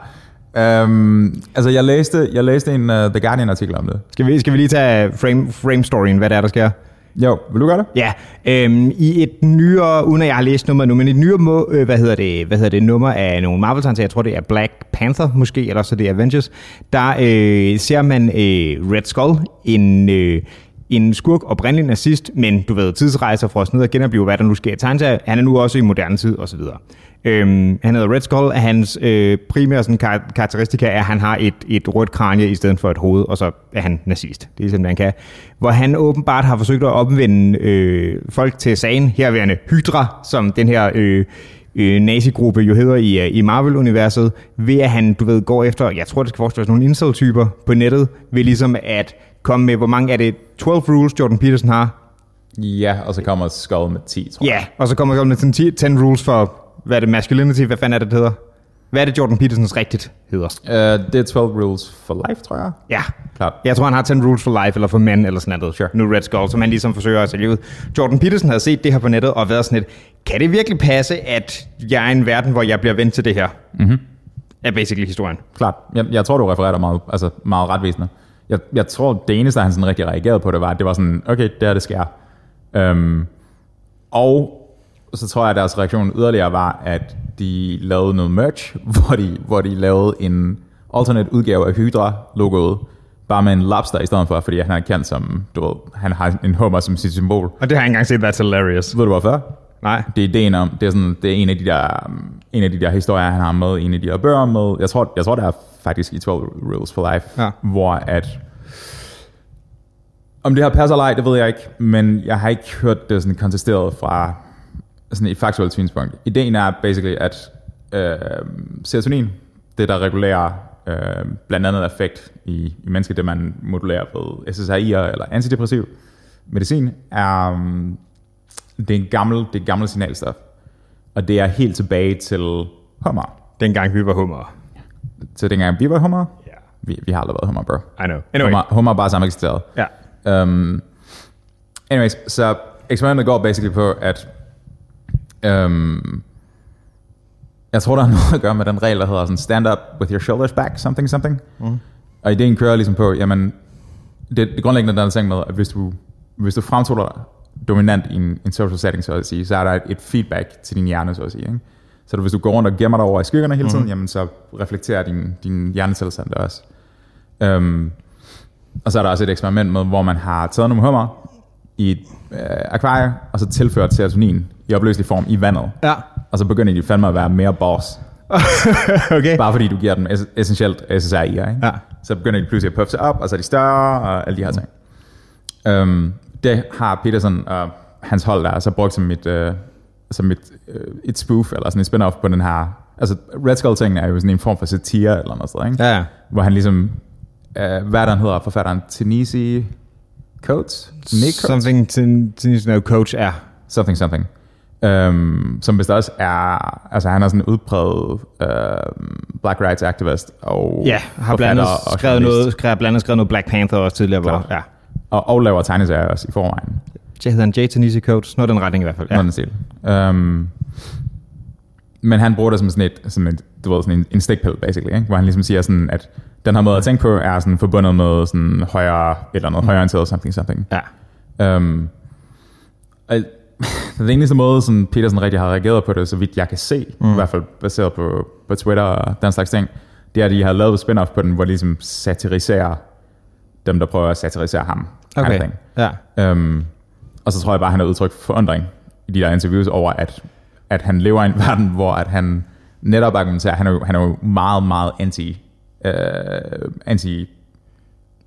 A: Um, altså, jeg læste, jeg læste en uh, The Guardian-artikel om det.
B: skal, vi, skal vi lige tage frame, frame storyen, hvad det er, der sker?
A: Jo, vil du gøre det?
B: Ja, øhm, i et nyere, uden at jeg har læst nummeret nu, men et nyere, må, øh, hvad, hedder det, hvad hedder det, nummer af nogle marvel tegneserier jeg tror det er Black Panther måske, eller så det er Avengers, der øh, ser man øh, Red Skull, en, øh, en skurk oprindelig nazist, men du ved, tidsrejser for os ned og genopleve, hvad der nu sker i tegneserier. Han er nu også i moderne tid, osv. Øhm, han hedder Red Skull, og hans øh, primære sådan, kar- karakteristika er, at han har et, et rødt kranje i stedet for et hoved, og så er han nazist. Det er simpelthen, han kan. Hvor han åbenbart har forsøgt at omvende øh, folk til sagen, herværende Hydra, som den her øh, øh, nazigruppe jo hedder i, øh, i Marvel-universet, ved at han, du ved, går efter, jeg tror, det skal forestille nogle incel-typer på nettet, ved ligesom at komme med, hvor mange er det, 12 rules, Jordan Peterson har,
A: Ja, og så kommer Skull med 10, tror jeg.
B: Ja, yeah, og så kommer der med sådan 10, 10 rules for, hvad er det, masculinity, hvad fanden er det, det hedder? Hvad er det, Jordan Petersons rigtigt hedder?
A: Uh, det er 12 rules for life, tror jeg.
B: Ja,
A: Klart.
B: jeg tror, han har 10 rules for life, eller for mænd, eller sådan noget.
A: Sure.
B: Nu Red Skull, som han ligesom forsøger at sælge ud. Jordan Peterson havde set det her på nettet, og været sådan lidt, kan det virkelig passe, at jeg er i en verden, hvor jeg bliver vendt til det her? Mm-hmm.
A: Mhm.
B: Er basically historien.
A: Klart. Jeg, jeg tror, du refererer dig meget, altså meget retvisende. Jeg, jeg tror, det eneste, han sådan rigtig reagerede på, det var, at det var sådan, okay, der det sker. Øhm, og så tror jeg, at deres reaktion yderligere var, at de lavede noget merch, hvor de, hvor de lavede en alternate udgave af Hydra-logoet, bare med en lobster i stedet for, fordi han er kendt som, du ved, han har en hummer som sit symbol.
B: Og det har jeg ikke engang set, that's hilarious.
A: Ved du hvorfor?
B: Nej.
A: Det er ideen om, det er, sådan, det er en, af de der, um, en af de der historier, han har med, en af de der bøger med. Jeg tror, jeg tror der er faktisk i 12 Rules for Life,
B: Ja.
A: hvor at... Om det her passer eller ej, det ved jeg ikke, men jeg har ikke hørt det sådan kontesteret fra sådan et faktuelt synspunkt. Ideen er basically, at øh, serotonin, det der regulerer øh, blandt andet effekt i, i mennesker, det man modulerer ved SSRI'er eller antidepressiv medicin, er, um, det er en gammel, det er et gammelt signalstof. Og det er helt tilbage til hummer.
B: Dengang vi var hummer.
A: Til dengang vi var hummer.
B: Ja.
A: Vi, vi har aldrig været hummer, bro.
B: I know. Anyway.
A: Hummer, hummer er bare samme eksisteret.
B: Ja.
A: Um, anyways, så eksperimentet går basically på, at um, jeg tror, der er noget at gøre med den regel, der hedder sådan, stand up with your shoulders back, something, something. Mm. Og ideen kører ligesom på, jamen, det, det grundlæggende er den ting med, at hvis du, hvis du fremtoner dig dominant i en, en social setting, så at sige, så er der et feedback til din hjerne, så at sige. Ikke? Så hvis du går rundt og gemmer dig over i skyggerne hele tiden, mm. jamen så reflekterer din, din hjernecellesand det også. Øhm, og så er der også et eksperiment med, hvor man har taget nogle hummer i et øh, akvarie, og så tilført serotonin i opløselig form i vandet.
B: Ja.
A: Og så begynder de fandme at være mere boss.
B: okay.
A: Bare fordi du giver dem es- essentielt SSRI'er, ikke?
B: Ja.
A: Så begynder de pludselig at puffe sig op, og så er de større, og alle de her ting. Øhm, det har Peterson og hans hold der så brugt som et, øh, som et, øh, et spoof, eller sådan et spin-off på den her... Altså, Red Skull-tingen er jo sådan en form for satire eller noget sted, ikke?
B: Ja, ja.
A: Hvor han ligesom... Øh, hvad er det, han hedder? Forfatteren Tenisi Coates? Nick Coates?
B: Something to, to know coach er.
A: Something Something. Øhm, som vist også er, altså han er sådan en udpræget øhm, black rights activist og
B: Ja, har
A: forfatter
B: blandt andet
A: og
B: skrevet
A: journalist.
B: noget, skrevet, blandt andet skrevet noget Black Panther også tidligere. Hvor,
A: Klart.
B: ja.
A: Og, og laver tegneserier også i forvejen.
B: Jeg hedder han Jay Tanisi Coach. Noget i den retning i hvert fald.
A: Ja.
B: Ja.
A: Noget i den stil. Øhm, men han bruger det som sådan et, som et du ved, sådan en, en stikpille, basically, ikke? hvor han ligesom siger sådan, at den her måde at tænke på er sådan forbundet med sådan højere, eller
B: Mm.
A: noget højorienteret something something.
B: ja.
A: Øhm, og den eneste måde, som Petersen rigtig har reageret på det, så vidt jeg kan se, mm. i hvert fald baseret på, på Twitter og den slags ting, det er, at de har lavet et spin-off på den, hvor de ligesom satiriserer dem, der prøver at satirisere ham. kind of
B: Okay.
A: thing.
B: Ja.
A: Øhm, og så tror jeg bare, at han har udtrykt forundring i de der interviews over, at, at han lever i en verden, hvor at han netop argumenterer, han er jo, han er jo meget, meget anti, øh, anti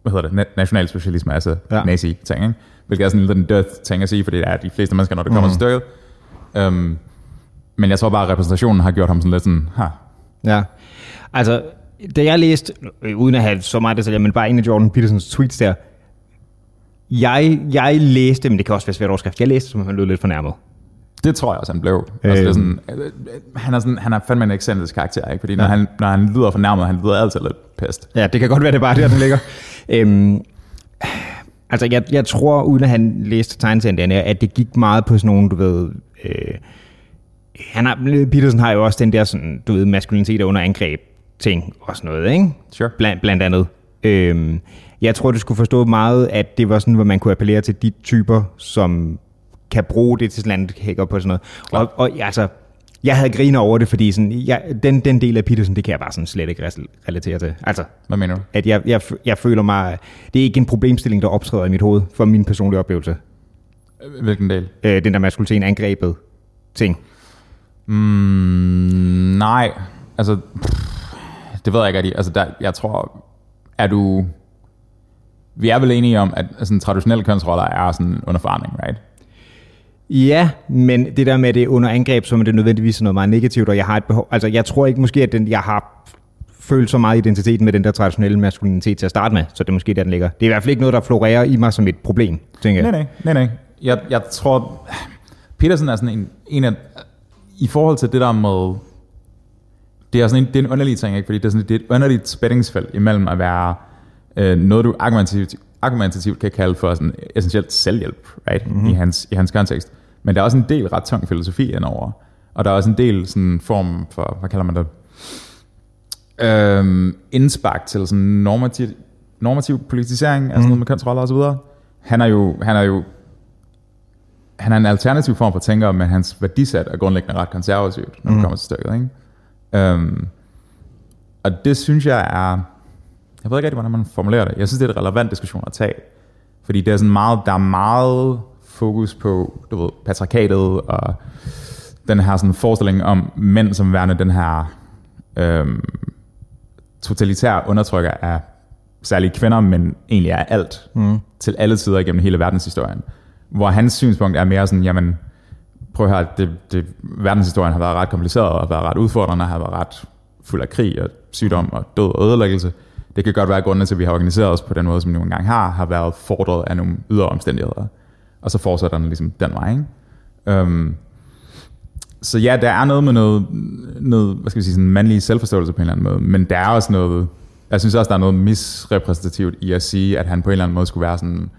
A: hvad hedder det, na- nationalsocialisme, altså
B: Ja.
A: ja. nazi-ting, ikke? hvilket er sådan lidt en død ting at sige, fordi det er de fleste mennesker, når det kommer mm. til stykket. Øhm, men jeg tror bare, at repræsentationen har gjort ham sådan lidt sådan, ha,
B: Ja. Altså, da jeg læste, øh, uden at have så meget detaljer, men bare en af Jordan Petersons tweets der, jeg, jeg læste, men det kan også være svært overskrift, jeg læste, som om han lød lidt fornærmet.
A: Det tror jeg også, han blev. Øh. Altså, det er sådan, øh, øh, han, er sådan, han er fandme en ekscentrisk karakter, ikke? fordi når,
B: Ja.
A: han, når han lyder fornærmet, han lyder altid lidt pest.
B: Ja, det kan godt være, det er bare der, den ligger. øhm, altså, jeg, jeg tror, uden at han læste tegneserien dernede, at det gik meget på sådan nogle, du ved... Øh, han har, Peterson har jo også den der, sådan, du ved, maskulinitet er under angreb ting og sådan noget, ikke?
A: Sure.
B: Blandt, blandt andet. Øhm, jeg tror, du skulle forstå meget, at det var sådan, hvor man kunne appellere til de typer, som kan bruge det til sådan andet hækker på sådan noget. Og, og ja, altså, jeg havde griner over det, fordi sådan, jeg, den, den del af Peterson, det kan jeg bare sådan slet ikke res- relatere til. Altså,
A: Hvad mener du?
B: at jeg, jeg, f- jeg føler mig... Det er ikke en problemstilling, der optræder i mit hoved for min personlige oplevelse.
A: Hvilken del?
B: Øh, den der maskulinitet angrebet ting.
A: Mm, nej, altså, pff, det ved jeg ikke rigtig. Altså, der, jeg tror, er du... Vi er vel enige om, at sådan, traditionelle kønsroller er sådan under forandring, right?
B: Ja, men det der med at det er under angreb, så er det nødvendigvis noget meget negativt, og jeg har et behov... Altså, jeg tror ikke måske, at den, jeg har følt så meget identitet med den der traditionelle maskulinitet til at starte med, så det er måske der, den ligger. Det er i hvert fald ikke noget, der florerer i mig som et problem, tænker
A: Nej,
B: jeg.
A: nej, nej, nej. Jeg, jeg tror, Petersen er sådan en, en af, i forhold til det der med, det er sådan en, det er en underlig ting, ikke? fordi det er, sådan, det er et underligt spændingsfelt imellem at være øh, noget, du argumentativt, argumentativt kan kalde for sådan essentielt selvhjælp, right? Mm-hmm. I, hans, i hans kontekst. Men der er også en del ret tung filosofi indover, og der er også en del sådan form for, hvad kalder man det? øhm, indspark til sådan normativ, normativ politisering af sådan noget med kønsroller og så videre. Han er jo, han er jo han er en alternativ form for tænker, men hans værdisæt er grundlæggende ret konservativt, når mm. det kommer til stykket. Ikke? Øhm, og det synes jeg er... Jeg ved ikke rigtig, hvordan man formulerer det. Jeg synes, det er en relevant diskussion at tage. Fordi der er, sådan meget, der er meget fokus på du ved, patriarkatet og den her sådan forestilling om mænd som værende den her øhm, totalitære undertrykker af særligt kvinder, men egentlig er alt mm. til alle tider igennem hele verdenshistorien. Hvor hans synspunkt er mere sådan, jamen prøv at høre, det, det, verdenshistorien har været ret kompliceret, og har været ret udfordrende, og har været ret fuld af krig og sygdom og død og ødelæggelse. Det kan godt være, at grundene til, at vi har organiseret os på den måde, som vi nu engang har, har været fordret af nogle ydre omstændigheder. Og så fortsætter den ligesom den vej. Ikke? Øhm, så ja, der er noget med noget, noget hvad skal vi sige, sådan mandlig selvforståelse på en eller anden måde, men der er også noget, jeg synes også, der er noget misrepræsentativt i at sige, at han på en eller anden måde skulle være sådan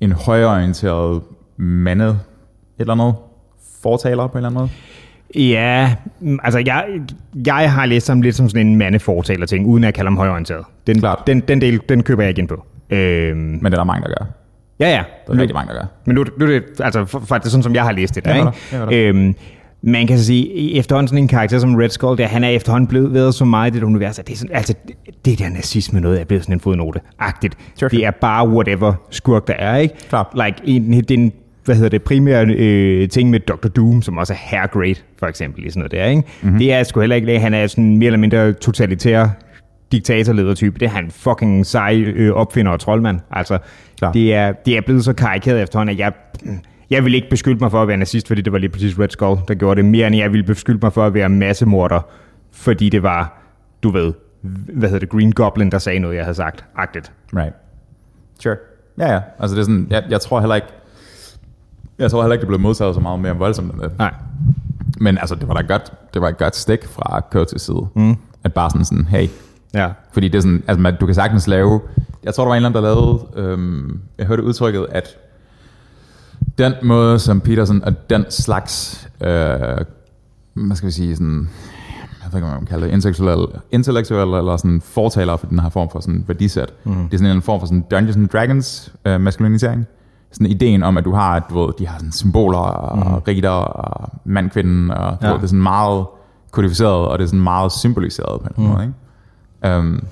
A: en højorienteret mandet et eller andet fortaler på en eller anden måde.
B: Ja, mm, altså jeg, jeg har læst ham lidt som sådan en mandefortaler ting, uden at kalde ham højorienteret. Den,
A: Klart.
B: den, den del, den køber jeg igen på. Øhm,
A: Men det er der mange, der gør.
B: ja, ja.
A: Der er rigtig mange, der gør.
B: Men nu, nu er det altså, f- faktisk sådan, som jeg har læst det der.
A: Jeg
B: Ikke?
A: var der, jeg var
B: Øhm, man kan så sige, efterhånden sådan en karakter som Red Skull, der, han er efterhånden blevet ved så meget i det univers, at det er sådan, altså, det- det der nazisme noget er blevet sådan en fodnote-agtigt.
A: Sure.
B: Det er bare whatever skurk, der er, ikke?
A: Klart.
B: Like, en, det er en, hvad hedder det, primære øh, ting med Dr. Doom, som også er hair grade, for eksempel, i sådan noget der, ikke? Mm-hmm. Det er sgu heller ikke det. Han er sådan mere eller mindre totalitær diktatorledertype. Det er han fucking sej øh, opfinder og troldmand. Altså,
A: Klar.
B: det er, det er blevet så karikeret efterhånden, at jeg, jeg vil ikke beskylde mig for at være nazist, fordi det var lige præcis Red Skull, der gjorde det, mere end jeg ville beskylde mig for at være massemorder, fordi det var, du ved, hvad hedder det, Green Goblin, der sagde noget, jeg havde sagt. Agtigt.
A: Right. Sure. Ja, ja. Altså det er sådan, jeg, jeg tror heller ikke, jeg tror heller ikke, det blev modtaget så meget mere voldsomt end det.
B: Nej.
A: Men altså, det var da godt, det var et godt stik fra Curtis' side. Mm. At bare sådan sådan, hey,
B: Ja.
A: fordi det er sådan, altså man, du kan sagtens lave, jeg tror, der var en eller anden, der lavede, øhm, jeg hørte udtrykket, at den måde, som Peterson og den slags, øh, hvad skal vi sige, sådan, jeg ved ikke, hvad man kalder det, intellektuelle, intellektuelle eller sådan fortaler for den her form for sådan værdisæt. Mm. Det er sådan en eller anden form for sådan Dungeons and Dragons øh, maskulinisering. Sådan ideen om, at du har, du ved, de har sådan symboler og mm. riter og mand, kvinde, og du
B: Ja.
A: ja. ved, det er sådan meget kodificeret, og det er sådan meget symboliseret på en mm. måde, ikke? Um,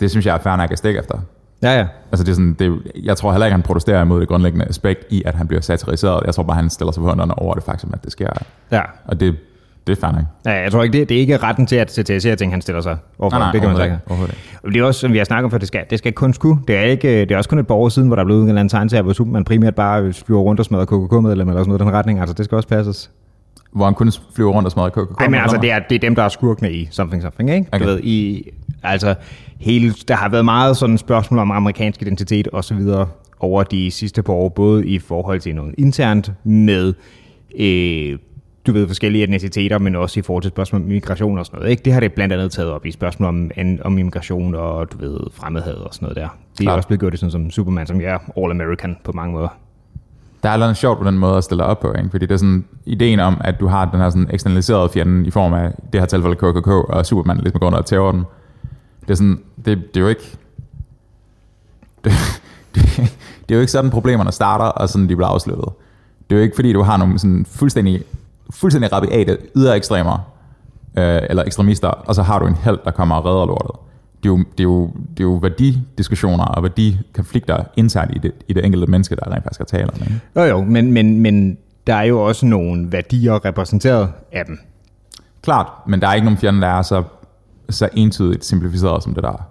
A: det synes jeg er fair nok at stikke efter.
B: Ja, ja.
A: Altså det er sådan, det, er- jeg tror heller ikke, han protesterer imod det grundlæggende aspekt i, at han bliver satiriseret. Jeg tror bare, han stiller sig forhånderne over det faktum, at det sker.
B: Ja.
A: Og det, det er fair nok.
B: ja jeg tror ikke, det, det er ikke retten til at satirisere ting, han stiller sig overfor. det kan man
A: overhovedet
B: sige.
A: ikke. Overhovedet ikke.
B: Og Det er også, som vi har snakket om før, det skal, det skal kun skulle. Det er, ikke, det er også kun et par år siden, hvor der blev en eller anden tegneserie, hvor Superman primært bare øh, flyver rundt og smadrer KKK-medlemmer eller sådan noget i den retning. Altså, det skal også passes.
A: Hvor han kun flyver rundt og smadrer coca
B: Nej, men altså, det er, det er dem, der er skurkene i Something Something, ikke? Okay.
A: Okay.
B: Du ved, i, altså, hele, der har været meget sådan spørgsmål om amerikansk identitet og så videre over de sidste par år, både i forhold til noget internt med, øh, du ved, forskellige etniciteter, men også i forhold til spørgsmål om migration og sådan noget, ikke? Det har det blandt andet taget op i spørgsmål om, an- om immigration og, du ved, fremmedhed og sådan noget der. Det er
A: Klart.
B: også blevet gjort i sådan som Superman, som jeg er all-American på mange måder.
A: Der er noget sjovt på den måde at stille op på, ikke? fordi det er sådan ideen om, at du har den her sådan eksternaliserede fjende i form af det her tilfælde KKK og Superman, der ligesom går under og tæver dem. Det er sådan, det, det er jo ikke... Det, det, det, er jo ikke sådan, problemerne starter, og sådan de bliver afsluttet. Det er jo ikke, fordi du har nogle sådan fuldstændig, fuldstændig rabiate ydre ekstremer, øh, eller ekstremister, og så har du en held, der kommer og redder lortet. Det er jo, det er jo, det er jo værdidiskussioner og værdikonflikter internt i det, i det enkelte menneske, der rent faktisk er tale om. Ikke?
B: Jo jo, men, men, men der er jo også nogle værdier repræsenteret af dem.
A: Klart, men der er ikke nogen fjende, der er så, så entydigt simplificeret som det der. er.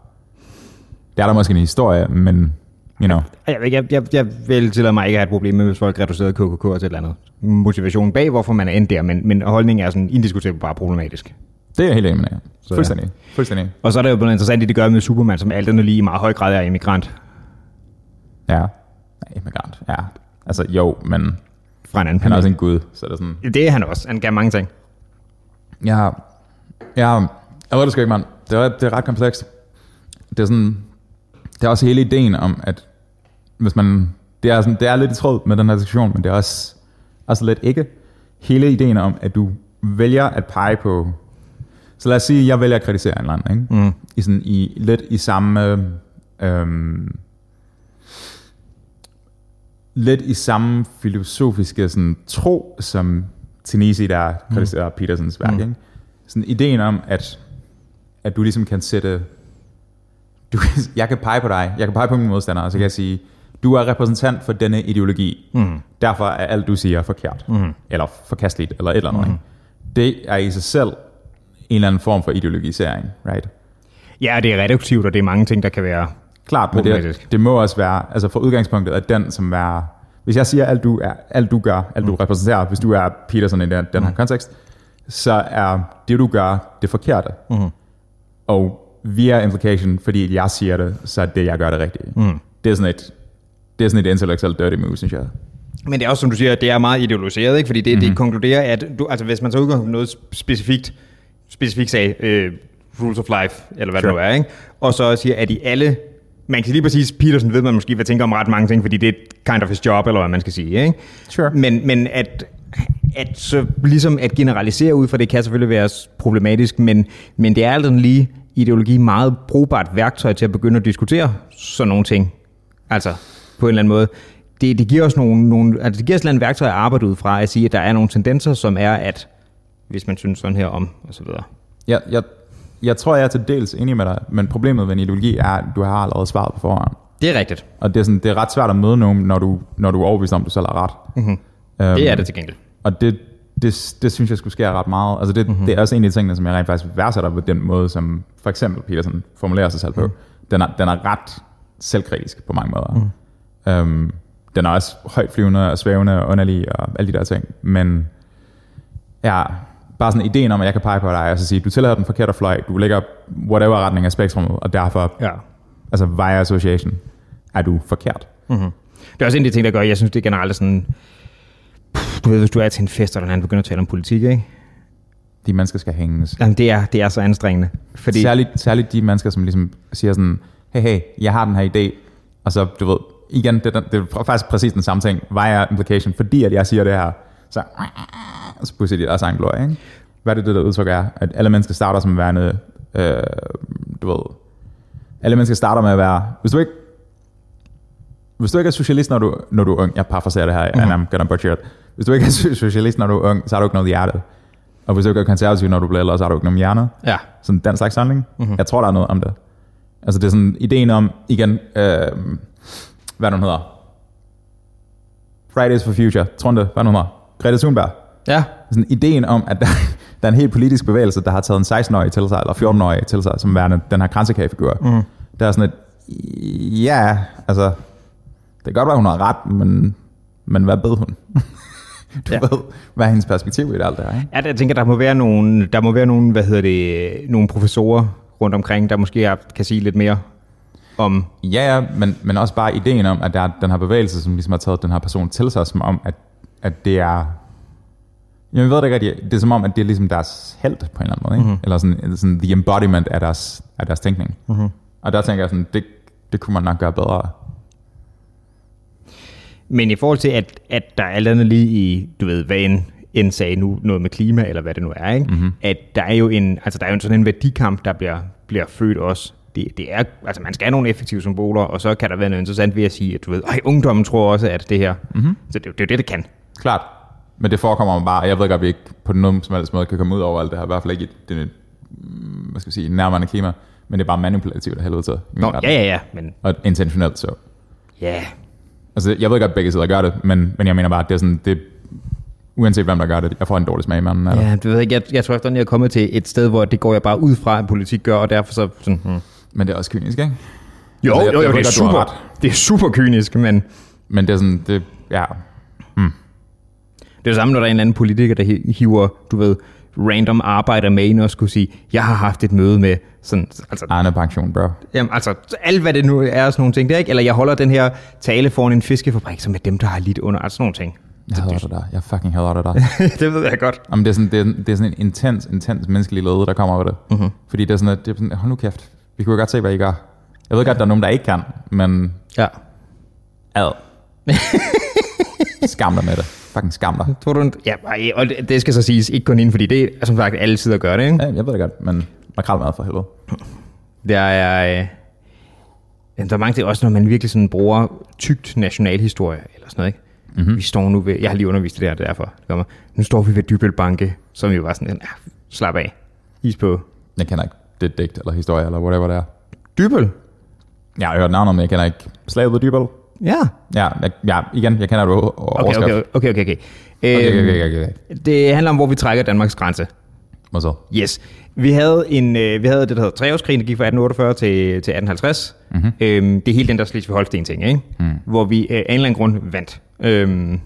A: Det er der måske en historie, men you know,
B: Jeg, jeg, jeg, jeg vil tillade mig ikke at have et problem med, hvis folk reducerer KKK til et eller andet. Motivationen bag, hvorfor man er endt der, men, men holdningen er sådan indiskutabelt bare problematisk.
A: det er jeg helt enig med.
B: ja.
A: jer. Fuldstændig. Fuldstændig.
B: Og så er det jo blevet interessant, det det gør med Superman, som alt andet lige i meget høj grad er immigrant
A: Ja. Nej, immigrant. Ja. Altså jo, men
B: fra en anden
A: han er
B: planet.
A: også en gud, så det er sådan...
B: Det er han også. Han kan mange ting.
A: Jeg har... Jeg har... Jeg ved det sgu ikke, mand. Det er, det er ret komplekst. Det er sådan... Det er også hele ideen om, at hvis man... Det er, sådan, det er lidt i tråd med den her diskussion, men det er også, også lidt ikke. Hele ideen om, at du vælger at pege på... Så lad os sige, at jeg vælger at kritisere en eller anden, ikke? Mm. I, sådan, i, lidt i samme... Øhm, lidt i samme filosofiske sådan, tro, som Tenisi, der kritiserer mm. Petersens værk. Mm. Ikke? Sådan ideen om, at, at du ligesom kan sætte... Du kan, jeg kan pege på dig, jeg kan pege på min modstander, og så kan jeg sige, du er repræsentant for denne ideologi. Mm. Derfor er alt, du siger, forkert. Mm. Eller forkasteligt, eller et eller andet. Mm. Det er i sig selv en eller anden form for ideologisering, right?
B: Ja, det er reduktivt, og det er mange ting, der kan være...
A: Klart, men det,
B: Problematisk.
A: det må også være, altså for udgangspunktet er den, som er, hvis jeg siger, alt du, er, alt du gør,
B: Mm.
A: alt du repræsenterer, hvis du er Peterson i den, den her kontekst, så er det, du gør, det forkerte. Mm.
B: Mm-hmm.
A: Og via implication, fordi jeg siger det, så er det, jeg gør det rigtige. Mm. Det er sådan et, det er sådan et intellektuelt dirty move, synes jeg.
B: Men det er også, som du siger, det er meget ideologiseret, ikke? fordi det,
A: Mhm.
B: mm-hmm. det konkluderer, at du, altså, hvis man tager udgangspunkt i noget specifikt, specifikt sag, øh, rules of life, eller hvad sure.
A: Sure.
B: det nu er, ikke? og så siger, at i alle, man kan lige præcis, Peterson ved man måske, hvad tænker om ret mange ting, fordi det er kind of his job, eller hvad man skal sige. Ikke?
A: Sure.
B: Men, men at, at så ligesom at generalisere ud fra det, kan selvfølgelig være s- problematisk, men, men det er altså lige ideologi meget brugbart værktøj til at begynde at diskutere sådan nogle ting. Altså, på en eller anden måde. det, det giver os nogle, nogle altså det giver os et eller andet værktøj at arbejde ud fra at sige, at der er nogle tendenser, som er, at hvis man synes sådan her om, og så videre.
A: Jeg, jeg, jeg tror, jeg er til dels enig med dig, men problemet ved en ideologi er, at du har allerede svaret på forhånd.
B: Det er rigtigt.
A: Og det er, sådan, det er ret svært at møde nogen, når du, når du er overbevist om, at du selv har ret.
B: Mm-hmm.
A: Øhm,
B: Det er det til gengæld.
A: Og det, det, det synes jeg skulle sker ret meget. Altså det, mm-hmm. det er også en af de tingene, som jeg rent faktisk værdsætter på den måde, som for eksempel Peterson formulerer sig selv på. Mm. Den, er, den er ret selvkritisk på mange måder. Mm. Øhm, den er også højt flyvende og svævende og underlig og alle de der ting. Men ja, bare sådan ideen om, at jeg kan pege på dig og så sige, du tillader den forkerte fløj, du ligger whatever retning af spektrummet, og derfor,
B: Ja.
A: altså via association, er du forkert.
B: Det er også en af de ting, der gør, at jeg synes, det er generelt er sådan, Puh, du ved, hvis du er til en fest, og den anden begynder at tale om politik, ikke?
A: De mennesker skal hænges.
B: Jamen, det er, det er så anstrengende. Fordi,
A: Fordi... Særligt, særligt de mennesker, som ligesom siger sådan, hey, hey, jeg har den her idé, og så, du ved, igen, det, er den- det er faktisk præcis den samme ting, via implication, fordi at jeg siger det her, så, så pludselig er det deres egen glorie, ikke? Hvad er det, det der udtryk er? At alle mennesker starter som værende, øh, du ved, alle mennesker starter med at være, hvis du ikke, hvis du ikke er socialist, når du, når du er ung, jeg parafraserer det her, and I'm gonna butcher it. Hvis du ikke er socialist, når du er ung, så har du ikke noget hjerte. Og hvis du ikke er konservativ, når du bliver ældre, så har du ikke nogen hjerne.
B: ja,
A: Sådan den slags handling. Mm-hmm. Jeg tror, der er noget om det. Altså det er sådan ideen om, igen, øh, hvad den hedder. Fridays for Future, tror du det? Hvad den hedder? Greta Thunberg.
B: ja,
A: Sådan ideen om, at der, der er en helt politisk bevægelse, der har taget en 16-årig til sig, eller 14-årig til sig, som værende den her kransekagefigur. Mm. Der er sådan et, ja, altså, det kan godt være, hun har ret, men, men hvad bed hun? du
B: Ja.
A: ja. ved, hvad er hendes perspektiv i det alt det her, ikke?
B: Ja, jeg tænker, der må være nogle, der må være nogle, hvad hedder det, nogle professorer rundt omkring, der måske er- kan sige lidt mere om...
A: Ja, ja, men, men også bare ideen om, at der er den her bevægelse, som ligesom har taget den her person til sig, som om, at, at det er... Jeg ved det ikke rigtigt. Det er som om, at det er ligesom deres held på en eller anden måde. Ikke?
B: Mhm.
A: Mm-hmm. Eller sådan, sådan the embodiment af deres, af deres tænkning. Mm-hmm.
B: Mhm.
A: Og der tænker jeg sådan, det, det kunne man nok gøre bedre.
B: Men i forhold til, at, at der er et eller andet lige i, du ved, hvad en, en sag nu, noget med klima, eller hvad det nu er, ikke? Mm-hmm. at der er jo en, altså der er jo en sådan en værdikamp, der bliver, bliver født også. Det, det er, altså man skal have nogle effektive symboler, og så kan der være noget interessant ved at sige, at du ved, ej, ungdommen tror også, at det her. Mm-hmm. Så det, er jo- det er jo det, det kan.
A: Klart. Men det forekommer mig bare, og jeg ved godt, at vi ikke på nogen som helst måde kan komme ud over alt det her. I hvert fald ikke i det, mm, hvad skal vi sige, nærmere klima. Men det er bare manipulativt af helvede til. i min
B: Nå,
A: verden.
B: ja, ja, ja, men
A: Og intentionelt så.
B: ja,
A: Altså, jeg ved godt, at begge sider gør det, men, men jeg mener bare, at det er sådan, det, uanset hvem der gør det, jeg får en dårlig smag i manden. Eller?
B: Ja, du ved ikke, jeg, jeg tror efterhånden, jeg er kommet til et sted, hvor det går jeg bare ud fra, at politik gør, og derfor så... Sådan, hmm.
A: Men det er også kynisk, ikke?
B: Jo,
A: Altså,
B: altså,
A: jeg-
B: jo,
A: jeg
B: jo,
A: ved
B: det er
A: godt, du har
B: super, det er super kynisk, men det
A: Men det er sådan, det, ja.
B: er det samme, når der er en eller anden politiker, der hi- hiver, du ved, random arbejder med ind og skulle sige, jeg har haft et møde med sådan, altså,
A: Arne pension, bro.
B: jamen, altså alt hvad det nu er og sådan nogle ting, der, ikke? eller jeg holder den her tale foran en fiskefabrik, som er dem, der har lidt under, altså sådan nogle ting.
A: Jeg hader det der. Jeg fucking hader det der.
B: det ved jeg godt.
A: Jamen, det, er sådan, det, er, det er sådan en intens, intens menneskelig lede, der kommer over det. Mm-hmm. Fordi det er sådan, at det er sådan, hold nu kæft. Vi kunne jo godt se, hvad I gør. Jeg ved godt, der er nogen, der ikke kan, men
B: Ja.
A: ad. skam dig med det. Fucking skam dig.
B: Tror du, ja, ej, og det det skal så siges, ikke kun inden, fordi det er som sagt alle sider gør det, ikke?
A: Ja, jeg ved det godt, men makrelmad for helvede.
B: Der er, øh, jamen, der er mange ting, også når man virkelig sådan bruger tygt nationalhistorie eller sådan noget, ikke? Mm-hmm. Vi står nu ved, jeg har lige undervist det der, det er derfor det kommer. Nu står vi ved Dybøl Banke, som jo var sådan, ja, slap af, is på.
A: Jeg kender ikke det digt, eller historie, eller whatever det er.
B: Dybøl?
A: Jeg har hørt navnet, men jeg kender ikke Slaget ved Dybel.
B: Ja.
A: Ja, jeg, ja, igen, jeg kender det o- o-
B: Okay,
A: overskrift.
B: okay, okay, okay. okay.
A: okay,
B: Øhm,
A: okay, okay, okay.
B: Det handler om, hvor vi trækker Danmarks grænse.
A: Hvad så?
B: Yes. Vi havde, en, øh, vi havde det, der hedder treårskrigen, der gik fra 1848 til, til 1850. Mm-hmm. Øhm, det er hele den der Slesvig-Holsten ting, ikke? Mm. hvor vi øh, af en eller anden grund vandt. Øhm,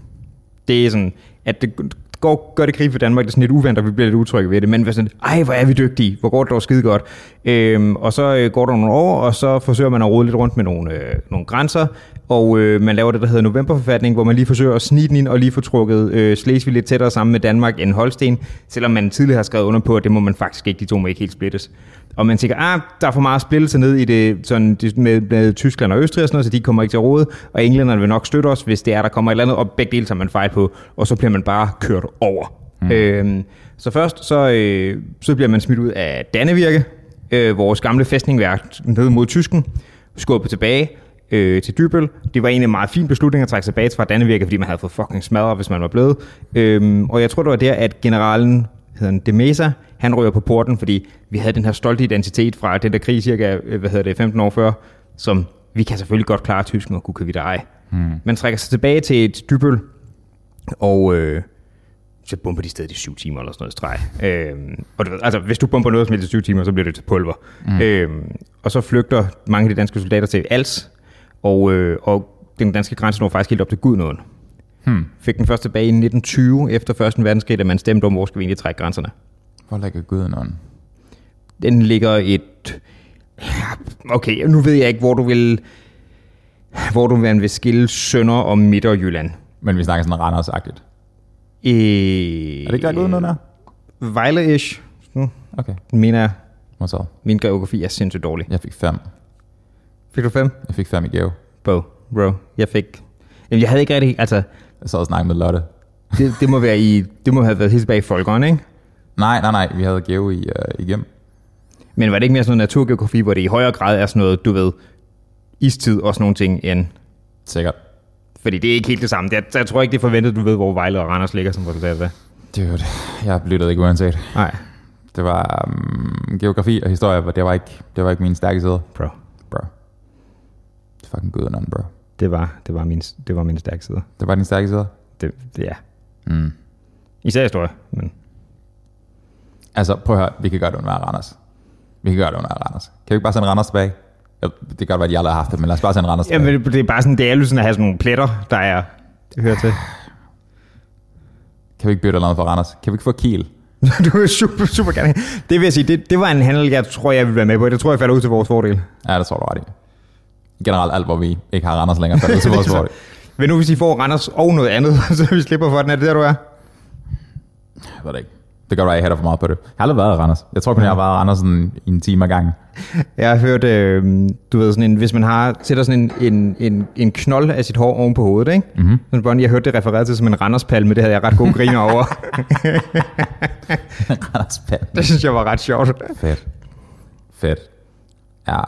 B: det er sådan, at det går, gør det krig for Danmark, det er sådan lidt uvandt, og vi bliver lidt utrygge ved det, men vi er sådan, ej, hvor er vi dygtige, hvor går det dog skide godt. Øhm, og så øh, går der nogle år, og så forsøger man at rode lidt rundt med nogle, øh, nogle grænser, og øh, man laver det, der hedder novemberforfatning, hvor man lige forsøger at snige den ind og lige få trukket øh, Slesvig lidt tættere sammen med Danmark end Holsten, selvom man tidligere har skrevet under på, at det må man faktisk ikke, de to må ikke helt splittes. Og man tænker, ah, der er for meget splittelse ned i det, sådan, det med, med, Tyskland og Østrig og sådan noget, så de kommer ikke til at råde, og englænderne vil nok støtte os, hvis det er, der kommer et eller andet, og begge dele tager man fejl på, og så bliver man bare kørt over. Mm. Øhm, så først, så, øh, så bliver man smidt ud af Dannevirke, øh, vores gamle fæstningværk ned mod Tysken, skubbet tilbage, øh, til Dybøl. Det var egentlig en meget fin beslutning at trække sig bag fra Dannevirke, fordi man havde fået fucking smadret, hvis man var blevet. Øhm, og jeg tror, det var der, at generalen hedder han Demesa, han rører på porten, fordi vi havde den her stolte identitet fra den der krig cirka, øh, hvad hedder det, 15 år før, som vi kan selvfølgelig godt klare tysken og kunne vi ej. Hmm. Man trækker sig tilbage til, til Dybøl, og øh, så bomber de stadig i syv timer eller sådan noget streg. Øhm, og du ved, altså, hvis du bomber noget som helst i syv timer, så bliver det til pulver. Mm. Øhm, og så flygter mange af de danske soldater til Als, og, øh, og den danske grænse når faktisk helt op til Gudnåen. Hmm. Fik den først tilbage i 1920, efter Første verdenskrig, da man stemte om, hvor skal vi egentlig trække grænserne.
A: Hvor ligger Gudenånden?
B: Den ligger et... Ja, Okay, nu ved jeg ikke, hvor du vil... Hvor du vil skille Sønder og Midterjylland.
A: Men vi snakker sådan Randers-agtigt.
B: Øh,
A: Er det ikke der Gudenånden er?
B: Vejle-ish. Mm,
A: Okay,
B: mener jeg.
A: må så.
B: Min geografi er sindssygt dårlig.
A: Jeg fik fem.
B: Fik du fem?
A: Jeg fik fem i gave.
B: Bro, bro. Jeg fik... Jamen, jeg havde ikke rigtig... Altså,
A: Jeg sad og snakkede med Lotte.
B: det, det må være i... Det må have været helt tilbage i folkeren, ikke?
A: Nej, nej, nej. Vi havde gave i, øh, igennem.
B: Men var det ikke mere sådan noget naturgeografi, hvor det i højere grad er sådan noget, du ved, istid og sådan nogle ting, end...
A: Sikkert.
B: Fordi det er ikke helt det samme. Jeg, jeg tror ikke, det er forventet, du ved, hvor Vejle og Randers ligger som resultat af det.
A: Dude, jeg lyttede ikke uanset.
B: Nej,
A: Det var um, geografi og historie, men det var ikke, det var ikke min stærke side.
B: bro.
A: Bro. Det er fucking Gudenånden, bro.
B: Det var, det var, min, det var min stærke side.
A: Det var din stærke side.
B: Det, det er.
A: Mm.
B: Især historie, men...
A: Altså, prøv at høre, vi kan gøre det undvære Randers. Vi kan gøre det undvære Randers. Kan vi ikke bare sende Randers tilbage? Ja, Det kan godt være, at de aldrig har haft det, men lad os bare sende Randers tilbage.
B: Jamen, det, det er bare sådan, det er jo sådan at have sådan nogle pletter, der er... Det hører til.
A: Kan vi ikke bytte noget for Randers? Kan vi ikke få Kiel?
B: du er super, super gerne. Det vil jeg sige, det, det var en handel, jeg tror, jeg ville være med på. Det tror jeg falder ud til vores fordel.
A: Ja, det tror du ret i. Generelt alt, hvor vi ikke har Randers længere, for det er til vores fordel.
B: Men nu hvis I får Randers og noget andet, så vi slipper for den, er det der, du er?
A: Jeg ved det ikke. Det kan godt være, at jeg hætter for meget på det. Jeg har aldrig været i Randers. Jeg tror kun, jeg har været i Randers sådan i en time ad gangen.
B: Jeg har hørt, øh, du ved, sådan en, hvis man har, sætter sådan en, en, en, en knold af sit hår oven på hovedet, ikke? Mm-hmm. Sådan Bonnie, jeg hørte det refereret til som en Randerspalme, det havde jeg ret gode griner over.
A: Randers pal.
B: det synes jeg var ret sjovt.
A: Fedt. Fedt. Ja.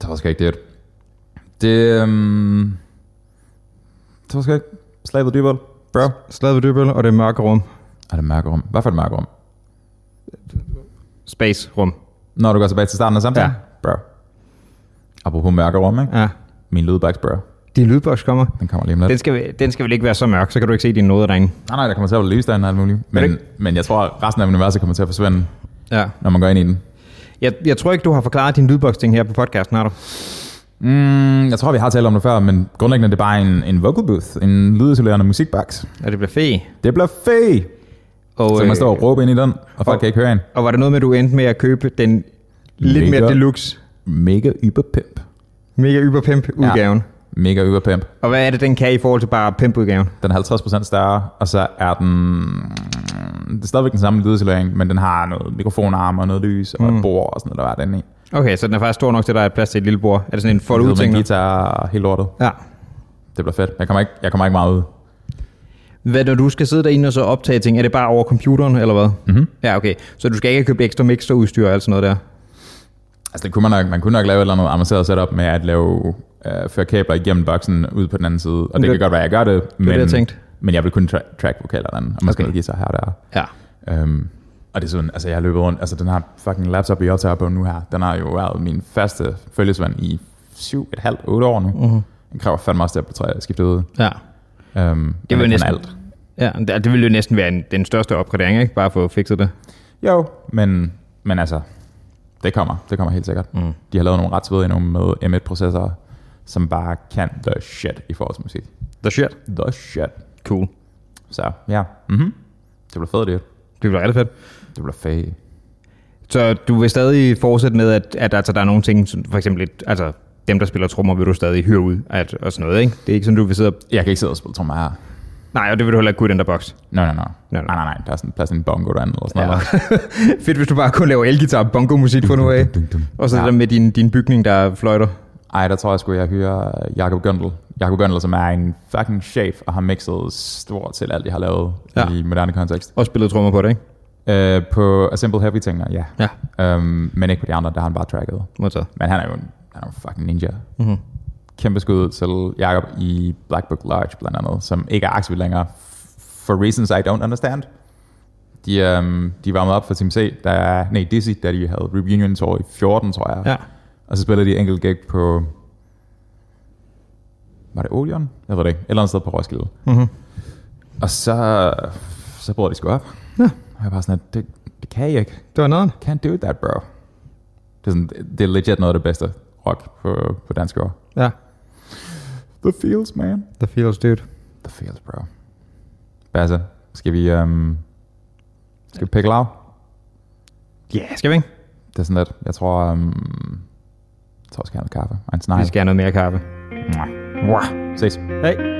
A: Det var sgu ikke det. Det, øhm, det var sgu ikke. Slaget dybel. Bro.
B: Slaget ved dybøl, og det mørke rum.
A: Er det mørke rum? Hvad for et mørke rum?
B: Space rum.
A: Når du går tilbage til starten af samtalen?
B: Ja.
A: Bro. Apropos mørke rum, ikke?
B: Ja.
A: Min lydboks, bro.
B: Din lydboks kommer.
A: Den kommer lige om lidt.
B: Den skal, vi- den skal vel ikke være så mørk, så kan du ikke se dine noder derinde.
A: Nej, nej, der kommer til at være lys derinde og alt muligt. Men,
B: ikke?
A: men jeg tror, at resten af universet kommer til at forsvinde,
B: Ja.
A: når man går ind i den.
B: Jeg, jeg tror ikke, du har forklaret din lydboks-ting her på podcasten, har du?
A: Mm, jeg tror, vi har talt om det før, men grundlæggende er det bare en, en vocal booth. En lydisolerende musikboks.
B: Og det bliver fe.
A: Det bliver fedt!
B: Og,
A: Så man står
B: øh,
A: og råber ind i den, og folk
B: og-
A: kan ikke høre en.
B: og var der noget med, at du endte med at købe den lidt
A: Mega.
B: mere deluxe,
A: Mega yberpimp.
B: mega yberpimp-udgaven? Ja.
A: Mega yberpimp.
B: Og hvad er det, den kan i forhold til bare pimp-udgaven?
A: Den er 50% større, og så er den... Det er stadigvæk den samme lydisolering, men den har noget mikrofonarm og noget lys og et
B: Mm.
A: bord og sådan noget, der er den i.
B: Okay, så den er faktisk stor nok til, at der er plads til et lille bord. Er det sådan en fold ud
A: Ud med
B: ting?
A: en guitar og helt lortet.
B: Ja.
A: Det bliver fedt. Jeg kommer ikke, jeg kommer ikke meget ud.
B: Hvad når du skal sidde derinde og så optage ting? Er det bare over computeren, eller hvad? Mm-hmm. Ja, okay. Så du skal ikke have købt ekstra mixerudstyr og alt sådan noget der?
A: Altså, det kunne man, nok, man kunne nok lave et eller andet avanceret setup med at lave øh, føre kabler igennem boksen ud på den anden side. Og det,
B: Det-
A: det kan godt være, at jeg gør det, men,
B: det, jeg tænkte.
A: men jeg vil kun tra- track vokalerne, og man skal
B: Okay.
A: okay. give sig her og der.
B: Ja.
A: Øhm, og desuden, altså jeg har løbet rundt, altså den her fucking laptop, jeg tager på nu her, den har jo været min faste følgesvand i syv, et halvt, otte år nu. Uh-huh. Den kræver fandme også, at jeg blev træ- skiftet ud.
B: Ja.
A: Øhm,
B: Mhm. Det vil
A: men
B: næsten,
A: kan alt.
B: Ja, det, det ville jo næsten være en, den største opgradering, ikke? Bare for at få fikset det.
A: Jo, men, men altså, det kommer, det kommer helt sikkert. Mm. De har lavet nogle ret svedige nogle med M1-processorer, som bare kan the shit i forhold til musik.
B: The shit.
A: The shit.
B: Cool.
A: Så ja, mm-hmm. det bliver fedt det.
B: Det bliver rigtig fedt.
A: Det bliver fedt.
B: Så du vil stadig fortsætte med, at, at altså, der er nogle ting, som for eksempel et, altså, dem, der spiller trommer, vil du stadig høre ud at, og sådan noget, ikke? Det er ikke sådan, du vil sidde og...
A: Jeg kan ikke sidde og spille trommer her.
B: Nej, og det vil du heller ikke kunne i den der boks.
A: Nej, nej, nej.
B: Nå,
A: Nej,
B: nå.
A: nej, nej. Der er sådan plads til en bongo derinde eller sådan noget.
B: Fedt, hvis du bare kun laver elgitar og bongo-musik fra nu af.
A: Dum, dum.
B: Og så ja. det der med din, din bygning, der fløjter.
A: Ej, der tror jeg sgu, jeg hyrer Jakob Gøndel. Jakob Gøndel, som er en fucking chef, og har mixet stort til alt, jeg har lavet
B: Ja.
A: ja. i moderne kontekst.
B: Og spillet trommer på det, ikke?
A: Øh, på A Simple Heavy ting, ja.
B: Ja.
A: Øhm, men ikke på de andre, der har han bare tracket.
B: Modtaget. Mhm.
A: Men han er jo en, han er jo en fucking ninja. Mm-hmm. kæmpe skud til Jacob i Black Book Lodge blandt andet, som ikke er aktiv længere, for reasons I don't understand. De, um, de varmede op for Team C, da, nej, Dizzy, da de havde reunion tour i 14, tror jeg.
B: Ja.
A: Og så spillede de enkelt gig på... Var det Odeon? Jeg ved det ikke. Et eller andet sted på Roskilde.
B: Mm-hmm.
A: Og så, så brød de sgu op.
B: Ja.
A: Og jeg var sådan, at det, det kan jeg ikke.
B: Det var noget.
A: Can't do that, bro. Det er, sådan, det er legit noget af det bedste rock på, på dansk år.
B: Ja.
A: The feels, man.
B: The feels, dude.
A: The feels, bro. Basse, skal vi, um, skal vi pikke lav?
B: Ja, yeah, skal vi ikke?
A: Det er sådan lidt, jeg tror, um, jeg tror, jeg skal have noget kaffe. Og en
B: Vi
A: snak.
B: skal have noget mere kaffe.
A: Mwah.
B: Wow.
A: Ses.
B: Hej.